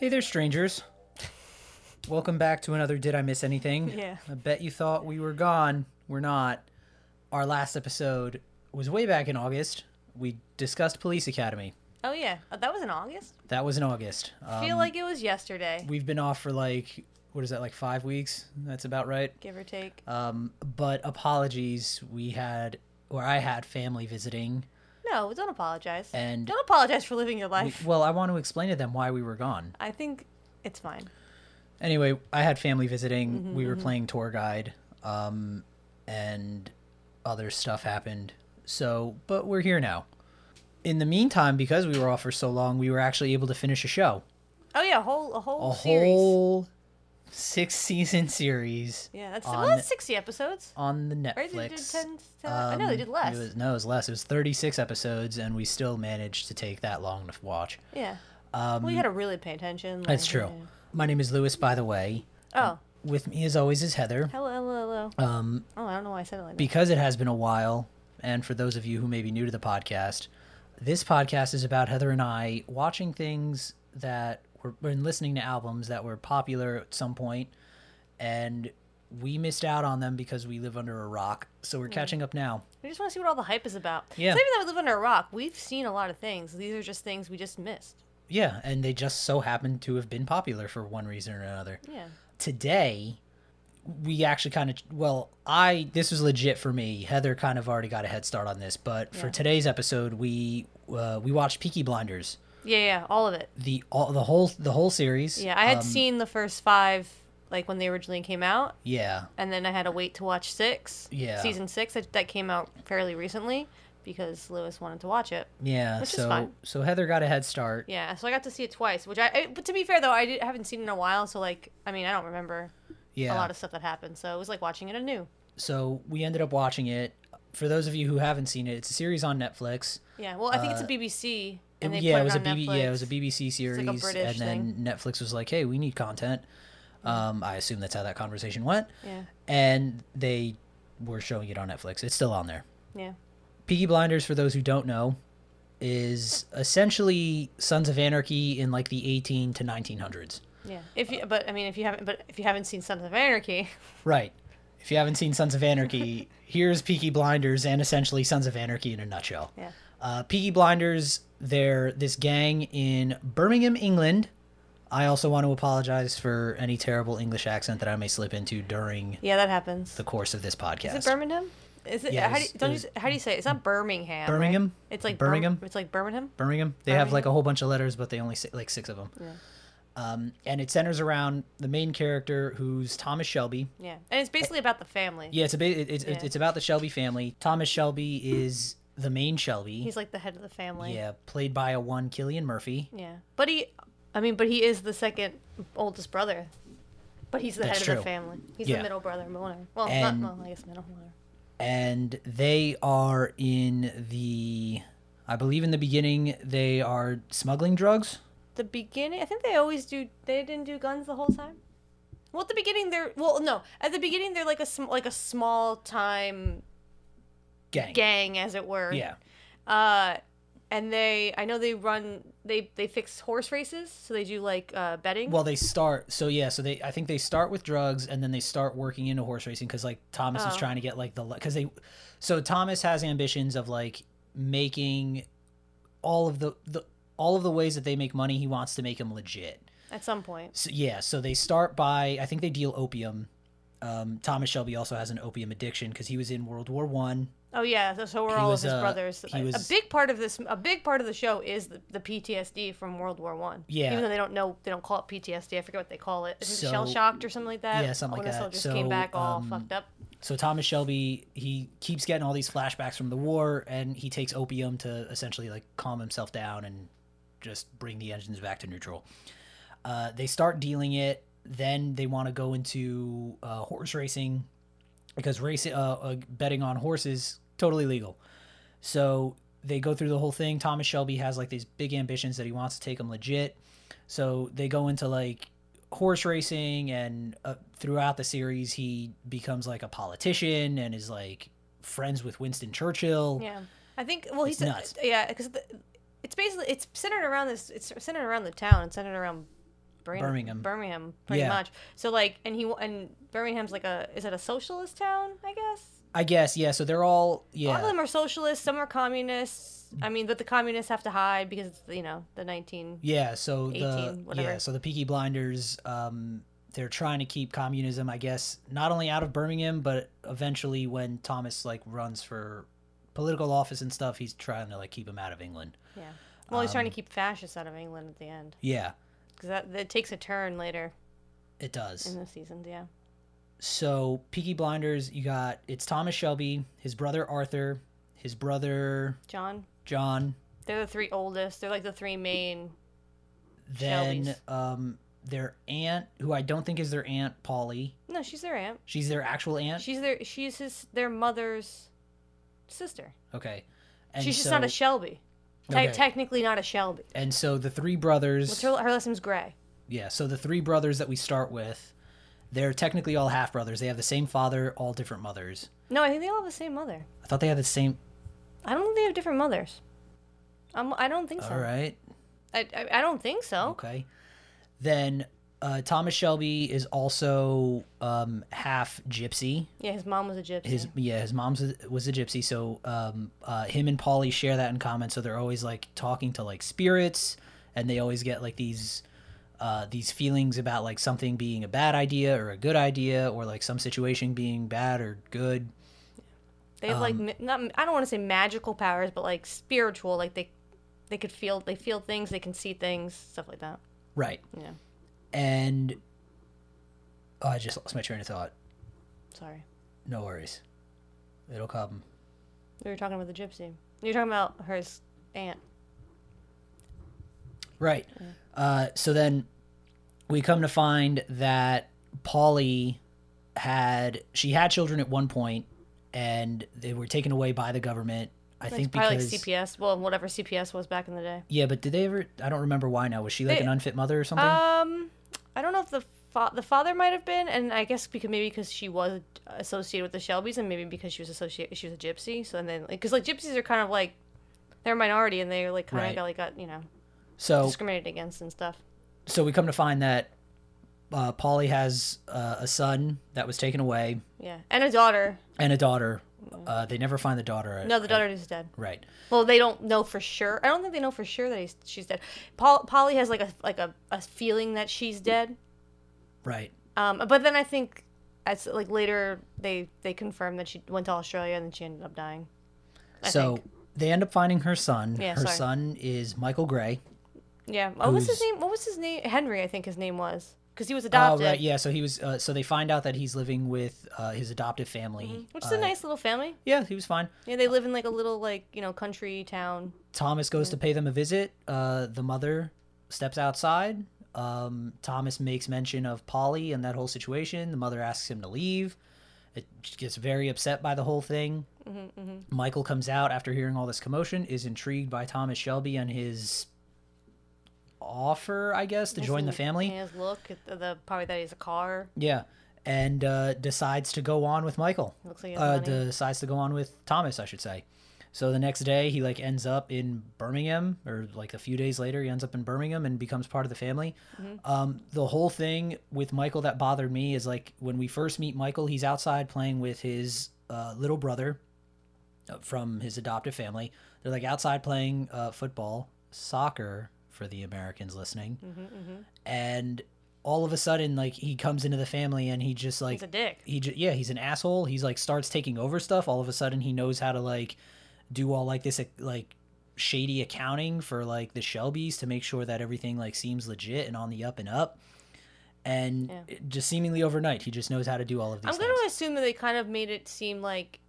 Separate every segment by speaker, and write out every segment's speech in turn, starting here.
Speaker 1: there, strangers. Welcome back to another Did I Miss Anything?
Speaker 2: Yeah.
Speaker 1: I bet you thought we were gone. We're not. Our last episode was way back in August. We discussed Police Academy.
Speaker 2: Oh yeah, oh, that was in August.
Speaker 1: That was in August.
Speaker 2: I
Speaker 1: Um,
Speaker 2: Feel like it was yesterday,
Speaker 1: we've been off for like, what is that, like five weeks? That's about right.
Speaker 2: give or take.
Speaker 1: Um, but apologies, we had, or I had family visiting.
Speaker 2: No, don't apologize.
Speaker 1: And-
Speaker 2: don't apologize for living your
Speaker 1: We,
Speaker 2: life.
Speaker 1: well, I want to explain to them why we were gone.
Speaker 2: I think it's fine.
Speaker 1: anyway, I had family visiting.
Speaker 2: Mm-hmm,
Speaker 1: we were playing tour guide, um, and other stuff happened. So, but we're here now. In the meantime, because we were off for so long, we were actually able to finish a show,
Speaker 2: Oh yeah, a whole a whole
Speaker 1: a
Speaker 2: series.
Speaker 1: whole six season series
Speaker 2: yeah, that's
Speaker 1: on-
Speaker 2: well, that's sixty episodes.
Speaker 1: on the
Speaker 2: Right? They did
Speaker 1: Netflix.
Speaker 2: 10, 10 I know they
Speaker 1: Um,
Speaker 2: did less.
Speaker 1: It was, no, it was less. It was 36 episodes, and we still managed to take that long to watch.
Speaker 2: yeah. Um, well, you gotta really pay attention. like,
Speaker 1: That's true.
Speaker 2: yeah.
Speaker 1: My name is Lewis, by the way.
Speaker 2: Oh,
Speaker 1: With me, as always, is Heather.
Speaker 2: hello, hello, hello.
Speaker 1: Um,
Speaker 2: oh, I don't know why I said it like that.
Speaker 1: because it has been a while, and for those of you who may be new to the podcast, this podcast is about Heather and I watching things that were and listening to albums that were popular at some point, and we missed out on them because we live under a rock. So we're catching up now.
Speaker 2: We just want to see what all the hype is about.
Speaker 1: Yeah.
Speaker 2: It's not even that we live under a rock. We've seen a lot of things. These are just things we just missed.
Speaker 1: Yeah, and they just so happened to have been popular for one reason or another.
Speaker 2: Yeah.
Speaker 1: Today, we actually kind of well, I this was legit for me. Heather kind of already got a head start on this, but for
Speaker 2: Yeah.
Speaker 1: today's episode, we uh, we watched Peaky Blinders.
Speaker 2: Yeah, yeah, all of it.
Speaker 1: the all the whole the whole series.
Speaker 2: Yeah, I had
Speaker 1: Um,
Speaker 2: seen the first five, like when they originally came out,
Speaker 1: Yeah,
Speaker 2: and then I had to wait to watch six.
Speaker 1: Yeah.
Speaker 2: Season six that, that came out fairly recently because Lewis wanted to watch it.
Speaker 1: yeah.
Speaker 2: Which is
Speaker 1: so
Speaker 2: fine.
Speaker 1: so Heather got a head start.
Speaker 2: Yeah, so I got to see it twice, which I. I but to be fair though, I did, haven't seen it in a while, so like, I mean, I don't remember
Speaker 1: Yeah.
Speaker 2: a lot of stuff that happened, so it was like watching it anew.
Speaker 1: so we ended up watching it. For those of you who haven't seen it, it's a series on Netflix.
Speaker 2: Yeah, well, I think it's a BBC, and
Speaker 1: Uh, It-
Speaker 2: they
Speaker 1: yeah,
Speaker 2: put
Speaker 1: it was
Speaker 2: it on
Speaker 1: a BB,
Speaker 2: Netflix.
Speaker 1: yeah, it was a BBC series,
Speaker 2: like a British Mm-hmm.
Speaker 1: and then Netflix was like, "Hey, we need content." Um, I assume that's how that conversation went,
Speaker 2: Yeah,
Speaker 1: and they were showing it on Netflix. It's still on there.
Speaker 2: yeah,
Speaker 1: Peaky Blinders, for those who don't know, is essentially Sons of Anarchy in like the 18 to 1900s.
Speaker 2: yeah. If you, but I mean, if you haven't, but if you haven't seen Sons of Anarchy,
Speaker 1: Right. If you haven't seen Sons of Anarchy, here's Peaky Blinders and essentially Sons of Anarchy in a nutshell.
Speaker 2: yeah,
Speaker 1: Uh, Peaky Blinders, they're this gang in Birmingham, England. I also want to apologize for any terrible English accent that I may slip into during
Speaker 2: yeah, that happens.
Speaker 1: the course of this podcast.
Speaker 2: Is it Birmingham? Is it?
Speaker 1: Yeah,
Speaker 2: how, do
Speaker 1: it's-
Speaker 2: you, don't you,
Speaker 1: it's-
Speaker 2: s- how do you say it? It's not Birmingham. right?
Speaker 1: Birmingham?
Speaker 2: It's like
Speaker 1: Birmingham?
Speaker 2: Birmingham. it's like Birmingham.
Speaker 1: Birmingham. They have like a whole bunch of letters, but they only say like six of them.
Speaker 2: Yeah.
Speaker 1: Um, and it centers around the main character, who's Thomas Shelby.
Speaker 2: Yeah, and it's basically about the family.
Speaker 1: Yeah, it's a bit. It's,
Speaker 2: Yeah.
Speaker 1: it's about the Shelby family. Thomas Shelby is the main Shelby.
Speaker 2: He's like the head of the family.
Speaker 1: Yeah, played by a one Killian Murphy.
Speaker 2: Yeah. But he, I mean, but he is the second oldest brother. But he's the
Speaker 1: That's
Speaker 2: head of
Speaker 1: true.
Speaker 2: the family. He's
Speaker 1: Yeah.
Speaker 2: the middle brother, Miller. Well,
Speaker 1: And-
Speaker 2: not well, I guess middle Miller.
Speaker 1: And they are in the I believe in the beginning they are smuggling drugs.
Speaker 2: The beginning, I think they always do. They didn't do guns the whole time. Well, at the beginning, they're well, no. At the beginning, they're like a sm- like a small time
Speaker 1: Gang.
Speaker 2: gang, as it were.
Speaker 1: Yeah.
Speaker 2: Uh, and they, I know they run, they they fix horse races, so they do like uh, betting.
Speaker 1: Well, they start so yeah, so they I think they start with drugs and then they start working into horse racing cuz like Thomas is
Speaker 2: Oh.
Speaker 1: trying to get like the cuz they so Thomas has ambitions of like making all of the, the all of the ways that they make money, he wants to make them legit.
Speaker 2: at some point,
Speaker 1: So, yeah, so they start by I think they deal opium. Um, Thomas Shelby also has an opium addiction because he was in World War One.
Speaker 2: oh yeah, so, so were
Speaker 1: He
Speaker 2: all
Speaker 1: was,
Speaker 2: of his
Speaker 1: uh,
Speaker 2: brothers.
Speaker 1: he was-
Speaker 2: a big part of this, a big part of the show is the, the PTSD from World War One.
Speaker 1: Yeah.
Speaker 2: even though they don't know, they don't call it PTSD. I forget what they call it. Is
Speaker 1: So-
Speaker 2: it shell shocked or something like that?
Speaker 1: Yeah, something
Speaker 2: when
Speaker 1: like
Speaker 2: the
Speaker 1: that.
Speaker 2: soldiers came
Speaker 1: So,
Speaker 2: back all
Speaker 1: um,
Speaker 2: fucked up.
Speaker 1: So Thomas Shelby he keeps getting all these flashbacks from the war, and he takes opium to essentially like calm himself down and just bring the engines back to neutral. Uh, they start dealing it. Then they want to go into uh, horse racing because race uh, uh, betting on horses totally legal. So they go through the whole thing. Thomas Shelby has like these big ambitions that he wants to take them legit. So they go into like horse racing, and uh, throughout the series, he becomes like a politician and is like friends with Winston Churchill.
Speaker 2: Yeah, I think. Well, he's
Speaker 1: It's nuts.
Speaker 2: yeah, because it's basically it's centered around this. It's centered around the town. It's centered around Bur-
Speaker 1: Birmingham.
Speaker 2: Birmingham, pretty
Speaker 1: Yeah.
Speaker 2: much. So like, and he and Birmingham's like a is it a socialist town? I guess
Speaker 1: I guess yeah. So they're all
Speaker 2: all of
Speaker 1: yeah
Speaker 2: them are socialists. Some are communists. I mean, but the communists have to hide because it's, you know the nineteen.
Speaker 1: yeah. So
Speaker 2: 18,
Speaker 1: the yeah
Speaker 2: whatever.
Speaker 1: so the Peaky Blinders um they're trying to keep communism I guess not only out of Birmingham but eventually when Thomas like runs for political office and stuff he's trying to like keep him out of England.
Speaker 2: Yeah. Well, he's trying to
Speaker 1: Um,
Speaker 2: keep fascists out of England at the end
Speaker 1: Yeah,
Speaker 2: because that that takes a turn later
Speaker 1: it does.
Speaker 2: in the seasons. Yeah.
Speaker 1: so Peaky Blinders, you got it's Thomas Shelby, his brother Arthur, his brother
Speaker 2: John,
Speaker 1: John.
Speaker 2: they're the three oldest. They're like the three main.
Speaker 1: Then
Speaker 2: Shelbys.
Speaker 1: um, their aunt, who I don't think is their aunt Polly,
Speaker 2: No, she's their aunt.
Speaker 1: she's their actual aunt.
Speaker 2: She's their she's his their mother's sister.
Speaker 1: okay, and
Speaker 2: she's just not a
Speaker 1: so-
Speaker 2: Shelby. Te-
Speaker 1: Okay.
Speaker 2: Technically not a Shelby.
Speaker 1: and so the three brothers.
Speaker 2: What's her her last name's Gray.
Speaker 1: Yeah, so the three brothers that we start with, they're technically all half brothers. They have the same father, all different mothers.
Speaker 2: No, I think they all have the same mother.
Speaker 1: I thought they had the same.
Speaker 2: I don't think they have different mothers. I'm, I don't think so.
Speaker 1: All right.
Speaker 2: I, I, I don't think so.
Speaker 1: Okay. Then uh, Thomas Shelby is also um, half gypsy.
Speaker 2: Yeah, his mom was a gypsy.
Speaker 1: His yeah, his mom's a- was a gypsy, so um, uh, him and Polly share that in common. So they're always like talking to like spirits, and they always get like these uh, these feelings about like something being a bad idea or a good idea, or like some situation being bad or good.
Speaker 2: they have
Speaker 1: um,
Speaker 2: like like not I don't want to say magical powers, but like spiritual. Like they they could feel they feel things, they can see things, stuff like that.
Speaker 1: Right.
Speaker 2: Yeah.
Speaker 1: And oh, I just lost my train of thought.
Speaker 2: Sorry,
Speaker 1: No worries, it'll come.
Speaker 2: we were talking about the gypsy. You were talking about her s- aunt.
Speaker 1: Right. Uh, so then we come to find that Polly had she had children at one point, and they were taken away by the government. I
Speaker 2: It's
Speaker 1: think
Speaker 2: probably
Speaker 1: because
Speaker 2: like CPS. Well, whatever CPS was back in the day.
Speaker 1: yeah, but did they ever? I don't remember why now. Was she like
Speaker 2: They-
Speaker 1: an unfit mother or something?
Speaker 2: Um, I don't know if the fa- the father might have been, and I guess because maybe because she was associated with the Shelbys, and maybe because she was associated, she was a gypsy. So and then because like gypsies are kind of like they're a minority, and they're like kind
Speaker 1: Right.
Speaker 2: of got like got you know
Speaker 1: so
Speaker 2: discriminated against and stuff.
Speaker 1: so we come to find that uh, Polly has uh, a son that was taken away
Speaker 2: Yeah, and a daughter.
Speaker 1: and a daughter. Uh, they never find the daughter. I-
Speaker 2: Mm-hmm. No, the
Speaker 1: I-
Speaker 2: daughter is dead.
Speaker 1: right.
Speaker 2: Well, they don't know for sure. I don't think they know for sure that he's, she's dead. Paul, Polly has like a like a, a feeling that she's dead.
Speaker 1: Right.
Speaker 2: Um, but then I think as like later they they confirmed that she went to Australia and then she ended up dying. I
Speaker 1: so
Speaker 2: think.
Speaker 1: they end up finding her son.
Speaker 2: Yeah,
Speaker 1: her
Speaker 2: sorry.
Speaker 1: son is Michael Gray.
Speaker 2: Yeah. What was his
Speaker 1: who's-
Speaker 2: name? What was his name? Henry, I think his name was, because he
Speaker 1: Oh
Speaker 2: was adopted.
Speaker 1: right, yeah. So he was. Uh, so they find out that he's living with uh, his adoptive family.
Speaker 2: Which
Speaker 1: Uh,
Speaker 2: is a nice little family.
Speaker 1: yeah, he was fine.
Speaker 2: Yeah, they live in like a little like you know country town.
Speaker 1: Thomas goes to pay them a visit. Uh, the mother steps outside. Um, Thomas makes mention of Polly and that whole situation. The mother asks him to leave. It she gets very upset by the whole thing. Michael comes out after hearing all this commotion, is intrigued by Thomas Shelby and his offer, I guess, to join the family.
Speaker 2: His look, at the, the probably that he's a car.
Speaker 1: Yeah, and uh, decides to go on with Michael.
Speaker 2: Looks like he has
Speaker 1: uh,
Speaker 2: money.
Speaker 1: decides to go on with Thomas, I should say. So the next day, he like ends up in Birmingham, or like a few days later, he ends up in Birmingham and becomes part of the family. Um, the whole thing with Michael that bothered me is like when we first meet Michael, he's outside playing with his uh, little brother uh, from his adoptive family. They're like outside playing uh, football, soccer for the Americans listening, and all of a sudden, like he comes into the family and he just like
Speaker 2: He's a dick.
Speaker 1: he j- yeah he's an asshole he's like starts taking over stuff all of a sudden he knows how to like do all like this like shady accounting for like the shelbys to make sure that everything like seems legit and on the up and up and
Speaker 2: Yeah.
Speaker 1: it- just seemingly overnight he just knows how to do all of these
Speaker 2: I'm
Speaker 1: things
Speaker 2: gonna assume that they kind of made it seem like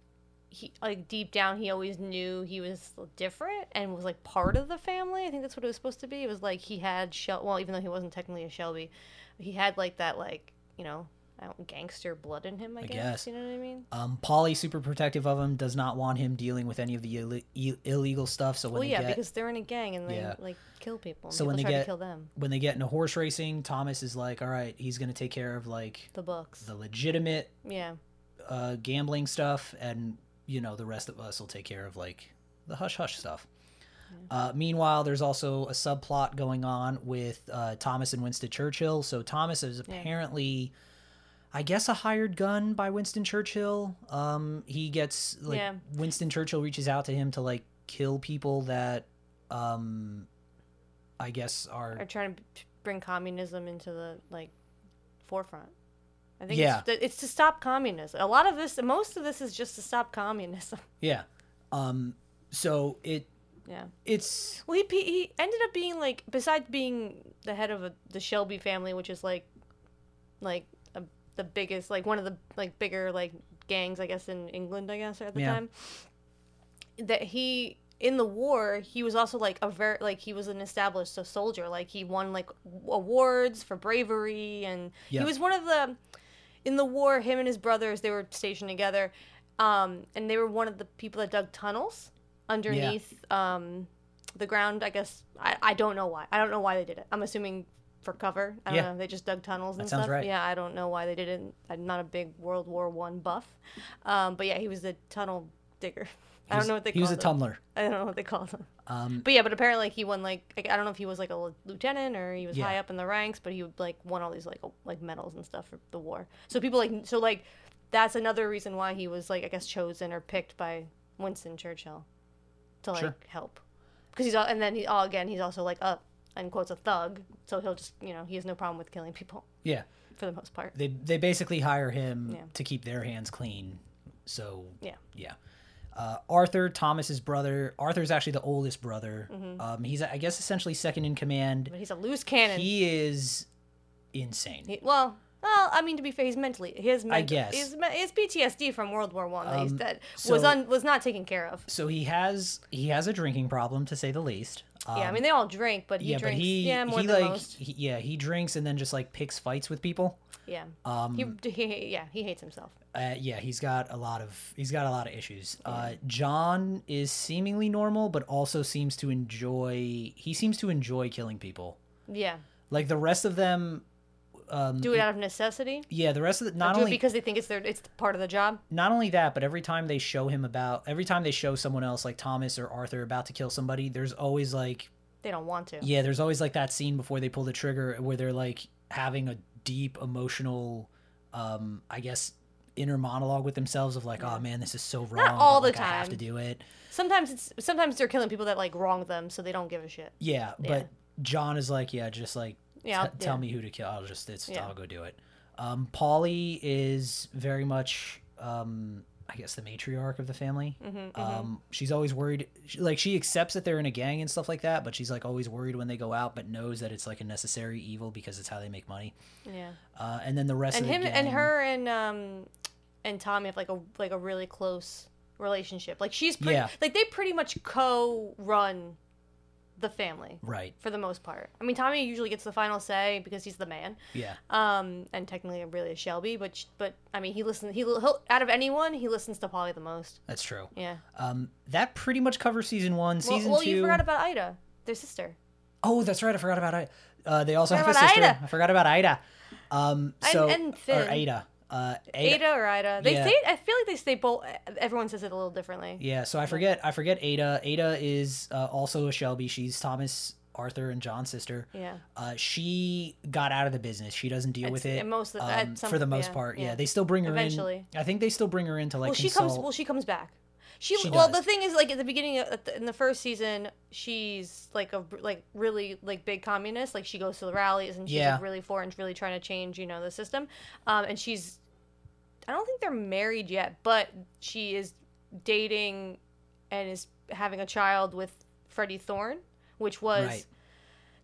Speaker 2: he, like deep down, he always knew he was different and was like part of the family. I think that's what it was supposed to be. It was like he had Shel, well, even though he wasn't technically a Shelby, he had like that like you know I don't, gangster blood in him.
Speaker 1: I
Speaker 2: I, guess.
Speaker 1: guess.
Speaker 2: you know what I mean.
Speaker 1: um polly super protective of him does not want him dealing with any of the Ill- Ill- illegal stuff so when
Speaker 2: Well,
Speaker 1: they
Speaker 2: yeah,
Speaker 1: get
Speaker 2: because they're in a gang and they
Speaker 1: Yeah.
Speaker 2: like kill people. And
Speaker 1: So
Speaker 2: people
Speaker 1: when they
Speaker 2: try
Speaker 1: get-
Speaker 2: to kill them,
Speaker 1: when they get into horse racing thomas is like all right he's gonna take care of like
Speaker 2: the books.
Speaker 1: the legitimate
Speaker 2: yeah,
Speaker 1: uh, gambling stuff, and you know the rest of us will take care of like the hush hush stuff. Uh, meanwhile, there's also a subplot going on with uh, Thomas and Winston Churchill. So Thomas is apparently, I guess, a hired gun by Winston Churchill. Um, he gets like
Speaker 2: Yeah.
Speaker 1: Winston Churchill reaches out to him to like kill people that, um, I guess are
Speaker 2: Are trying to p- bring communism into the like forefront. I think
Speaker 1: Yeah.
Speaker 2: it's, th- it's to stop communism. A lot of this, most of this, is just to stop communism.
Speaker 1: yeah. Um, so it
Speaker 2: yeah.
Speaker 1: it's
Speaker 2: Well, he pe- he ended up being like besides being the head of a, the Shelby family, which is like, like a, the biggest, like one of the like bigger like gangs, I guess in England, I guess at the
Speaker 1: Yeah.
Speaker 2: time. That he in the war, he was also like a very like he was an established so- soldier. Like he won like w- awards for bravery, and
Speaker 1: Yeah.
Speaker 2: he was one of the in the war. Him and his brothers, they were stationed together, um, and they were one of the people that dug tunnels underneath. Um, the ground. I guess I, I don't know why. I don't know why they did it. I'm assuming for cover. I don't
Speaker 1: Yeah.
Speaker 2: know. They just dug tunnels
Speaker 1: That
Speaker 2: and
Speaker 1: sounds
Speaker 2: stuff.
Speaker 1: right.
Speaker 2: Yeah, I don't know why they did it. I'm not a big World War One buff, um, but yeah, he was a tunnel digger. I don't know what they
Speaker 1: he was a
Speaker 2: called him.
Speaker 1: tumbler.
Speaker 2: I don't know what they called him.
Speaker 1: Um,
Speaker 2: But yeah, but apparently he won like, like I don't know if he was like a lieutenant or he was
Speaker 1: Yeah.
Speaker 2: high up in the ranks, but he would like won all these like o- like medals and stuff for the war. So people like so like that's another reason why he was like I guess chosen or picked by Winston Churchill to like
Speaker 1: Sure.
Speaker 2: help because he's all and then he all again he's also like a and quotes a thug, so he'll just you know he has no problem with killing people
Speaker 1: yeah.
Speaker 2: for the most part.
Speaker 1: they they basically hire him
Speaker 2: Yeah.
Speaker 1: to keep their hands clean. So
Speaker 2: Yeah.
Speaker 1: yeah. Uh, Arthur Thomas's brother. Arthur's actually the oldest brother.
Speaker 2: Mm-hmm.
Speaker 1: Um, he's I guess essentially second in command.
Speaker 2: But he's a loose cannon.
Speaker 1: He is insane.
Speaker 2: He- well, well, I mean to be fair, he's mentally he has mental,
Speaker 1: guess.
Speaker 2: he's, me- he has PTSD from World War One that, he's
Speaker 1: Um,
Speaker 2: that was
Speaker 1: so-
Speaker 2: un, was not taken care of.
Speaker 1: so he has he has a drinking problem to say the least. Um,
Speaker 2: yeah, I mean they all drink, but he
Speaker 1: yeah,
Speaker 2: drinks
Speaker 1: but he
Speaker 2: yeah more
Speaker 1: he
Speaker 2: than
Speaker 1: like
Speaker 2: most.
Speaker 1: he- yeah he drinks and then just like picks fights with people.
Speaker 2: Yeah,
Speaker 1: Um,
Speaker 2: he, he yeah he hates himself.
Speaker 1: uh, yeah, he's got a lot of he's got a lot of issues. Uh, John is seemingly normal, but also seems to enjoy he seems to enjoy killing people.
Speaker 2: Yeah,
Speaker 1: Like the rest of them, um,
Speaker 2: do it out of necessity.
Speaker 1: yeah, the rest of the
Speaker 2: Or
Speaker 1: mm. not
Speaker 2: do it
Speaker 1: only
Speaker 2: because they think it's their it's part of the job.
Speaker 1: not only that, but every time they show him about every time they show someone else like Thomas or Arthur about to kill somebody, there's always like
Speaker 2: They don't want to.
Speaker 1: yeah, there's always like that scene before they pull the trigger where they're like having a deep emotional, um, I guess inner monologue with themselves of like, oh man, this is so wrong. but,
Speaker 2: all the
Speaker 1: like, I have to
Speaker 2: time.
Speaker 1: do it.
Speaker 2: Sometimes it's sometimes they're killing people that like wrong them, so they don't give a shit.
Speaker 1: Yeah, but John is like, yeah, just like
Speaker 2: Yeah,
Speaker 1: t-
Speaker 2: I'll-
Speaker 1: tell
Speaker 2: yeah.
Speaker 1: me who to kill. I'll just it's
Speaker 2: Yeah.
Speaker 1: I'll go do it. Um Polly is very much um I guess the matriarch of the family.
Speaker 2: Mm-hmm.
Speaker 1: Um she's always worried she- like she accepts that they're in a gang and stuff like that, but she's like always worried when they go out but knows that it's like a necessary evil because it's how they make money.
Speaker 2: Yeah,
Speaker 1: Uh and then the rest
Speaker 2: and
Speaker 1: of the
Speaker 2: him and
Speaker 1: gang-
Speaker 2: her and um and Tommy have like a like a really close relationship. Like she's pretty
Speaker 1: Yeah.
Speaker 2: like they pretty much co-run the family
Speaker 1: Right.
Speaker 2: for the most part. I mean, Tommy usually gets the final say because he's the man.
Speaker 1: Yeah.
Speaker 2: um and technically really a shelby but sh- but i mean he listens he he'll, out of anyone he listens to polly the most
Speaker 1: That's true.
Speaker 2: yeah
Speaker 1: Um that pretty much covers season 1,
Speaker 2: well,
Speaker 1: season
Speaker 2: well
Speaker 1: 2.
Speaker 2: you forgot about ida their sister
Speaker 1: Oh, that's right. I forgot about Ida. Uh, they also have
Speaker 2: Forgot
Speaker 1: a
Speaker 2: about
Speaker 1: sister.
Speaker 2: Ida.
Speaker 1: I forgot about Ida. Um,
Speaker 2: And-
Speaker 1: so
Speaker 2: and
Speaker 1: or
Speaker 2: Finn.
Speaker 1: Ada. Uh, Ada.
Speaker 2: ada, or ida they
Speaker 1: Yeah.
Speaker 2: say i feel like they say both everyone says it a little differently
Speaker 1: Yeah. So I forget. I forget Ada. Ada is uh, also a Shelby. She's Thomas, Arthur, and John's sister.
Speaker 2: yeah
Speaker 1: Uh, she got out of the business. She doesn't deal with
Speaker 2: It's-
Speaker 1: it
Speaker 2: and most of the- at
Speaker 1: um,
Speaker 2: some-
Speaker 1: for the most
Speaker 2: yeah,
Speaker 1: part. Yeah.
Speaker 2: yeah.
Speaker 1: They still bring her
Speaker 2: Eventually.
Speaker 1: in. I think they still bring her in to like
Speaker 2: well she
Speaker 1: consult.
Speaker 2: comes well she comes back she,
Speaker 1: She
Speaker 2: well
Speaker 1: does.
Speaker 2: the thing is like at the beginning of, at the- in the first season she's like a like really like big communist like she goes to the rallies and she's
Speaker 1: Yeah.
Speaker 2: like really for and really trying to change you know the system um and she's i don't think they're married yet but she is dating and is having a child with freddie thorne which was
Speaker 1: Right.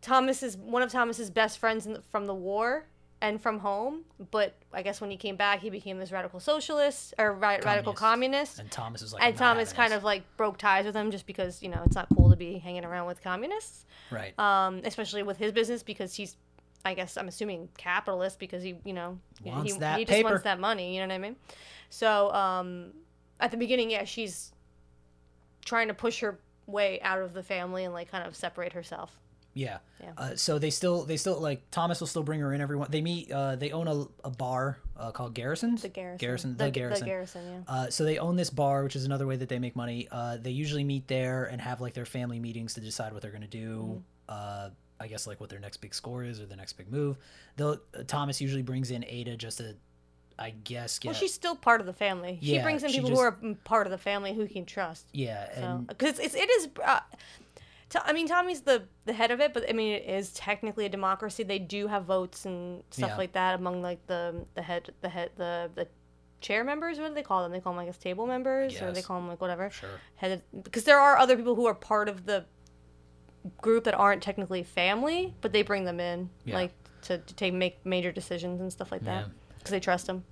Speaker 2: thomas's one of thomas's best friends in the, from the war and from home but i guess when he came back he became this radical socialist or ra- radical communist
Speaker 1: and Thomas is like.
Speaker 2: and
Speaker 1: "I'm not
Speaker 2: Thomas
Speaker 1: having
Speaker 2: kind
Speaker 1: this."
Speaker 2: of like broke ties with him just because you know it's not cool to be hanging around with communists,
Speaker 1: right.
Speaker 2: um, especially with his business because he's, I guess I'm assuming capitalist because he you know
Speaker 1: Wants
Speaker 2: he,
Speaker 1: that
Speaker 2: he just
Speaker 1: paper.
Speaker 2: wants that money. You know what I mean? So um, at the beginning, yeah, she's trying to push her way out of the family and like kind of separate herself
Speaker 1: Yeah.
Speaker 2: Yeah.
Speaker 1: Uh, so they still they still like Thomas will still bring her in every one. They meet. Uh, they own a, a bar uh, called Garrison's.
Speaker 2: The garrison.
Speaker 1: Garrison. The, Garrison.
Speaker 2: The garrison.
Speaker 1: uh, so they own this bar, which is another way that they make money. Uh, they usually meet there and have like their family meetings to decide what they're going to
Speaker 2: Mm-hmm.
Speaker 1: do. Uh, I guess like what their next big score is or their next big move. Though uh, Thomas usually brings in Ada just to, I guess, get
Speaker 2: Yeah. Well, she's still part of the family. She
Speaker 1: Yeah,
Speaker 2: brings in
Speaker 1: she
Speaker 2: people
Speaker 1: just-
Speaker 2: who are mm, part of the family who he can trust.
Speaker 1: yeah,
Speaker 2: So,
Speaker 1: and
Speaker 2: because it's it is. Uh, to- I mean, Tommy's the the head of it, but I mean, it is technically a democracy. They do have votes and stuff
Speaker 1: Yeah.
Speaker 2: like that among like the the head the head the the chair members. What do they call them? They call them like as table members, or they
Speaker 1: guess.
Speaker 2: call them like whatever.
Speaker 1: sure,
Speaker 2: Head because there are other people who are part of the group that aren't technically family, but they bring them in
Speaker 1: Yeah.
Speaker 2: like to, to take make major decisions and stuff like that
Speaker 1: Yeah.
Speaker 2: because they trust them.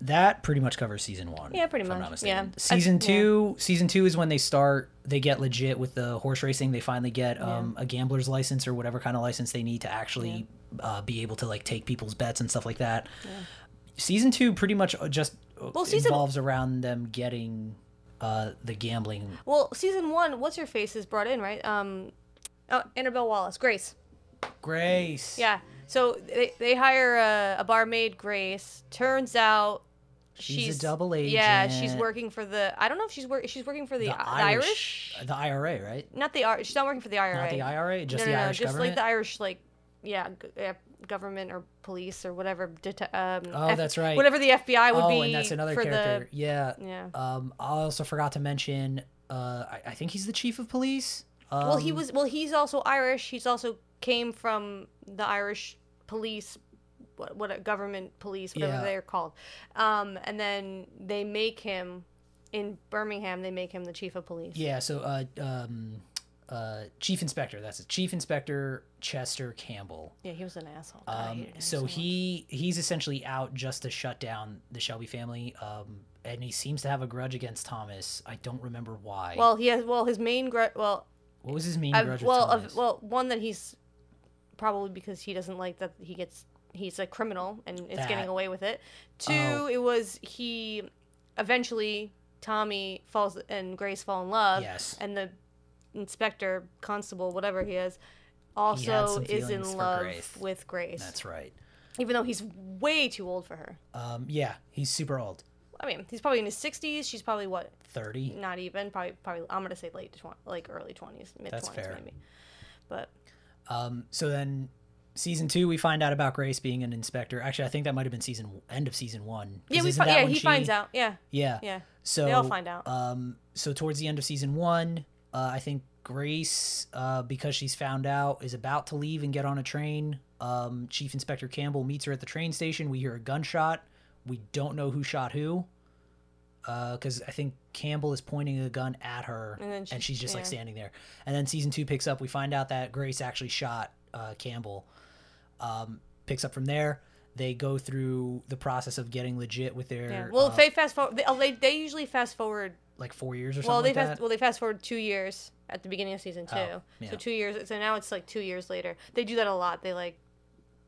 Speaker 1: that pretty much covers season one.
Speaker 2: Yeah, pretty
Speaker 1: if I'm
Speaker 2: much.
Speaker 1: not mistaken.
Speaker 2: Yeah. I-
Speaker 1: Season
Speaker 2: yeah.
Speaker 1: two. Season two is when they start. They get legit with the horse racing. They finally get um, a gambler's license or whatever kind of license they need to actually uh, be able to like take people's bets and stuff like that. Season two pretty much uh, just uh,
Speaker 2: Well, season-
Speaker 1: involves around them getting uh, the gambling.
Speaker 2: Well, season one, what's your face is brought in, right? Um, oh, Annabelle Wallace, Grace.
Speaker 1: Grace.
Speaker 2: Yeah. So they, they hire a, a barmaid, Grace. Turns out she's,
Speaker 1: a double
Speaker 2: Yeah, she's
Speaker 1: agent.
Speaker 2: working for the. I don't know if she's work. She's working for the,
Speaker 1: The
Speaker 2: the Irish.
Speaker 1: Irish. The IRA, right?
Speaker 2: Not the Irish. She's not working for the IRA.
Speaker 1: Not the IRA, just
Speaker 2: no,
Speaker 1: the
Speaker 2: no,
Speaker 1: Irish
Speaker 2: no, just
Speaker 1: government.
Speaker 2: like the Irish, like yeah, g- yeah, government or police or whatever. Deta- um,
Speaker 1: Oh, that's right.
Speaker 2: Whatever the FBI would
Speaker 1: oh,
Speaker 2: be.
Speaker 1: and that's another
Speaker 2: for
Speaker 1: character. Yeah.
Speaker 2: The, yeah.
Speaker 1: Um, I also forgot to mention. Uh, I, I think he's the chief of police. Um,
Speaker 2: well, he was. Well, he's also Irish. He's also came from the Irish police, what, what a government police, whatever
Speaker 1: Yeah.
Speaker 2: they're called. Um, and then they make him in Birmingham. They make him the chief of police.
Speaker 1: Yeah. So, uh, um, uh, chief inspector. That's it. Chief inspector Chester Campbell.
Speaker 2: Yeah, he was an asshole. God, I
Speaker 1: Um,
Speaker 2: hated him
Speaker 1: so
Speaker 2: much.
Speaker 1: he he's essentially out just to shut down the Shelby family. Um, and he seems to have a grudge against Thomas. I don't remember why.
Speaker 2: Well, he has. Well, his main grudge. Well,
Speaker 1: what was his main
Speaker 2: uh,
Speaker 1: grudge
Speaker 2: well,
Speaker 1: with Thomas?
Speaker 2: of, well, one that he's probably because he doesn't like that he gets. He's a criminal and is
Speaker 1: That.
Speaker 2: getting away with it. Two,
Speaker 1: Oh.
Speaker 2: it was he. Eventually, Tommy falls and Grace fall in love.
Speaker 1: yes.
Speaker 2: and the inspector, constable, whatever he is,
Speaker 1: He had
Speaker 2: also
Speaker 1: some
Speaker 2: is in
Speaker 1: feelings for
Speaker 2: love
Speaker 1: Grace.
Speaker 2: with Grace,
Speaker 1: That's right.
Speaker 2: even though he's way too old for her.
Speaker 1: Um, yeah. He's super old.
Speaker 2: I mean, he's probably in his sixties. She's probably what,
Speaker 1: Thirty.
Speaker 2: not even probably probably. I'm gonna say late twenty, like early twenties, mid
Speaker 1: That's
Speaker 2: twenties
Speaker 1: fair.
Speaker 2: maybe. But
Speaker 1: Um, so then season two, we find out about Grace being an inspector. Actually, I think that might have been season end of season one. 'Cause
Speaker 2: yeah, we
Speaker 1: isn't
Speaker 2: fi-
Speaker 1: that
Speaker 2: yeah
Speaker 1: when
Speaker 2: he
Speaker 1: she-
Speaker 2: finds out. Yeah,
Speaker 1: Yeah.
Speaker 2: yeah.
Speaker 1: So
Speaker 2: all find out.
Speaker 1: Um, so towards the end of season one, uh, I think Grace, uh, because she's found out, is about to leave and get on a train. Um, Chief Inspector Campbell meets her at the train station. We hear a gunshot. We don't know who shot who. Because I think Campbell is pointing a gun at her,
Speaker 2: And then she-
Speaker 1: she's just like
Speaker 2: yeah.
Speaker 1: standing there. And then season two picks up. We find out that Grace actually shot uh, Campbell. Um, picks up from there. They go through the process of getting legit with their
Speaker 2: Yeah. Well,
Speaker 1: uh,
Speaker 2: if they fast forward. They, oh, they they usually fast forward.
Speaker 1: like four years or something
Speaker 2: Well, they
Speaker 1: like
Speaker 2: fast
Speaker 1: that.
Speaker 2: well they fast forward two years at the beginning of season two.
Speaker 1: Oh, yeah.
Speaker 2: So two years. So now it's like two years later. They do that a lot. They like,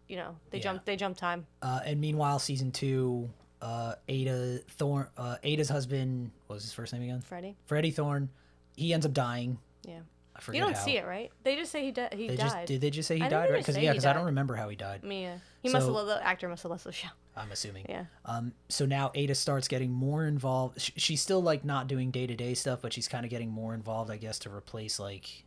Speaker 2: you know, they
Speaker 1: Yeah.
Speaker 2: jump they jump time.
Speaker 1: Uh, and meanwhile, season two, uh, Ada Thorn, uh, Ada's husband, what was his first name again?
Speaker 2: Freddie.
Speaker 1: Freddie Thorn. He ends up dying.
Speaker 2: Yeah.
Speaker 1: I forget
Speaker 2: You don't
Speaker 1: how.
Speaker 2: see it, right? They just say he di- he
Speaker 1: They
Speaker 2: died.
Speaker 1: just did. They just say he
Speaker 2: I think
Speaker 1: died,
Speaker 2: they
Speaker 1: right?
Speaker 2: just
Speaker 1: Because
Speaker 2: say
Speaker 1: yeah,
Speaker 2: he
Speaker 1: because I don't
Speaker 2: died.
Speaker 1: remember how he died.
Speaker 2: I mean, yeah. He must have
Speaker 1: So-
Speaker 2: loved the actor must have loved the show.
Speaker 1: I'm assuming.
Speaker 2: Yeah.
Speaker 1: Um. So now Ada starts getting more involved. Sh- She's still like not doing day to day stuff, but she's kind of getting more involved, I guess, to replace like.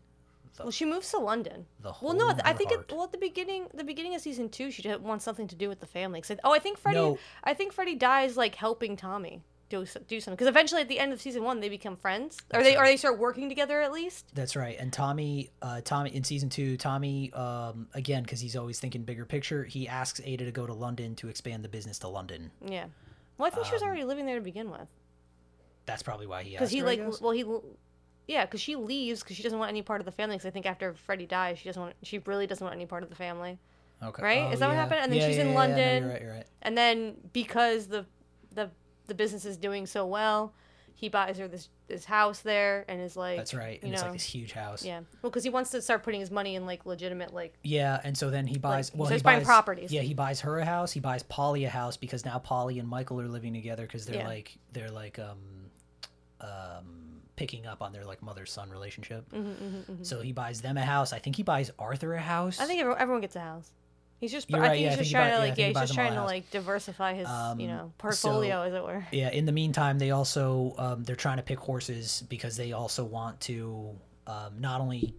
Speaker 1: Oh.
Speaker 2: Well, she moves to London.
Speaker 1: The
Speaker 2: well, no,
Speaker 1: whole
Speaker 2: I think
Speaker 1: heart.
Speaker 2: at, well at the beginning, the beginning of season two, she did- wants something to do with the family. 'Cause I- oh, I think Freddie,
Speaker 1: No.
Speaker 2: I think Freddie dies like helping Tommy do so- do something. Because eventually, at the end of season one, they become friends, or they or they start working together at least.
Speaker 1: That's right. And Tommy, uh, Tommy in season two, Tommy, um, again, because he's always thinking bigger picture. He asks Ada to go to London to expand the business to London.
Speaker 2: Yeah. Well, I think she was
Speaker 1: Um,
Speaker 2: already living there to begin with.
Speaker 1: That's probably why he asked.
Speaker 2: because he
Speaker 1: her, I
Speaker 2: like
Speaker 1: guess.
Speaker 2: well he l- yeah because she leaves because she doesn't want any part of the family because i think after freddie dies she doesn't want she really doesn't want any part of the family
Speaker 1: Okay. Oh,
Speaker 2: right? Is that what happened? And then she's in London.
Speaker 1: you're right. You're right.
Speaker 2: and then because the the the business is doing so well he buys her this this house there and is like
Speaker 1: That's right.
Speaker 2: you
Speaker 1: And it's
Speaker 2: know
Speaker 1: like this huge house.
Speaker 2: yeah well because he wants to start putting his money in like legitimate like
Speaker 1: Yeah, and so then he buys.
Speaker 2: he
Speaker 1: well,
Speaker 2: starts
Speaker 1: he
Speaker 2: buying
Speaker 1: buys,
Speaker 2: properties.
Speaker 1: Yeah, he buys her a house. He buys Polly a house because now Polly and Michael are living together because they're
Speaker 2: Yeah.
Speaker 1: like they're like um, um, picking up on their like mother son relationship. So he buys them a house. I think he buys Arthur a house.
Speaker 2: Mm-hmm, I think everyone, everyone gets a house. He's just. I
Speaker 1: You're right,
Speaker 2: think
Speaker 1: yeah, I
Speaker 2: he's just
Speaker 1: think he
Speaker 2: trying
Speaker 1: buy-
Speaker 2: to
Speaker 1: yeah, I
Speaker 2: like.
Speaker 1: think
Speaker 2: Yeah,
Speaker 1: he
Speaker 2: he's
Speaker 1: buys
Speaker 2: just
Speaker 1: them all
Speaker 2: trying
Speaker 1: a house.
Speaker 2: to
Speaker 1: Um,
Speaker 2: like diversify his, you know,
Speaker 1: so-
Speaker 2: portfolio, as it were.
Speaker 1: Yeah. In the meantime, they also um, they're trying to pick horses because they also want to um, not only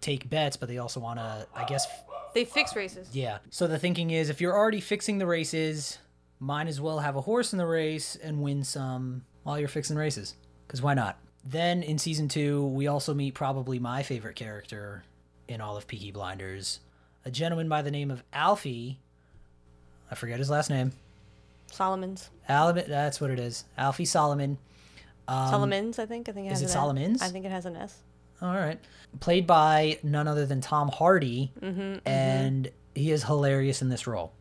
Speaker 1: take bets, but they also want to, I guess,
Speaker 2: They fix races.
Speaker 1: yeah. So the thinking is, if you're already fixing the races, might as well have a horse in the race and win some while you're fixing races, because why not? Then in season two, we also meet probably my favorite character in all of Peaky Blinders, a gentleman by the name of Alfie. I forget his last name.
Speaker 2: Solomon's.
Speaker 1: Alabama, that's what it is. Alfie Solomon.
Speaker 2: Solomon's, I think. I think it
Speaker 1: Um, is
Speaker 2: has
Speaker 1: it
Speaker 2: an S.
Speaker 1: Solomon's?
Speaker 2: I think it has an S.
Speaker 1: All right. Played by none other than Tom Hardy. and he is hilarious in this role.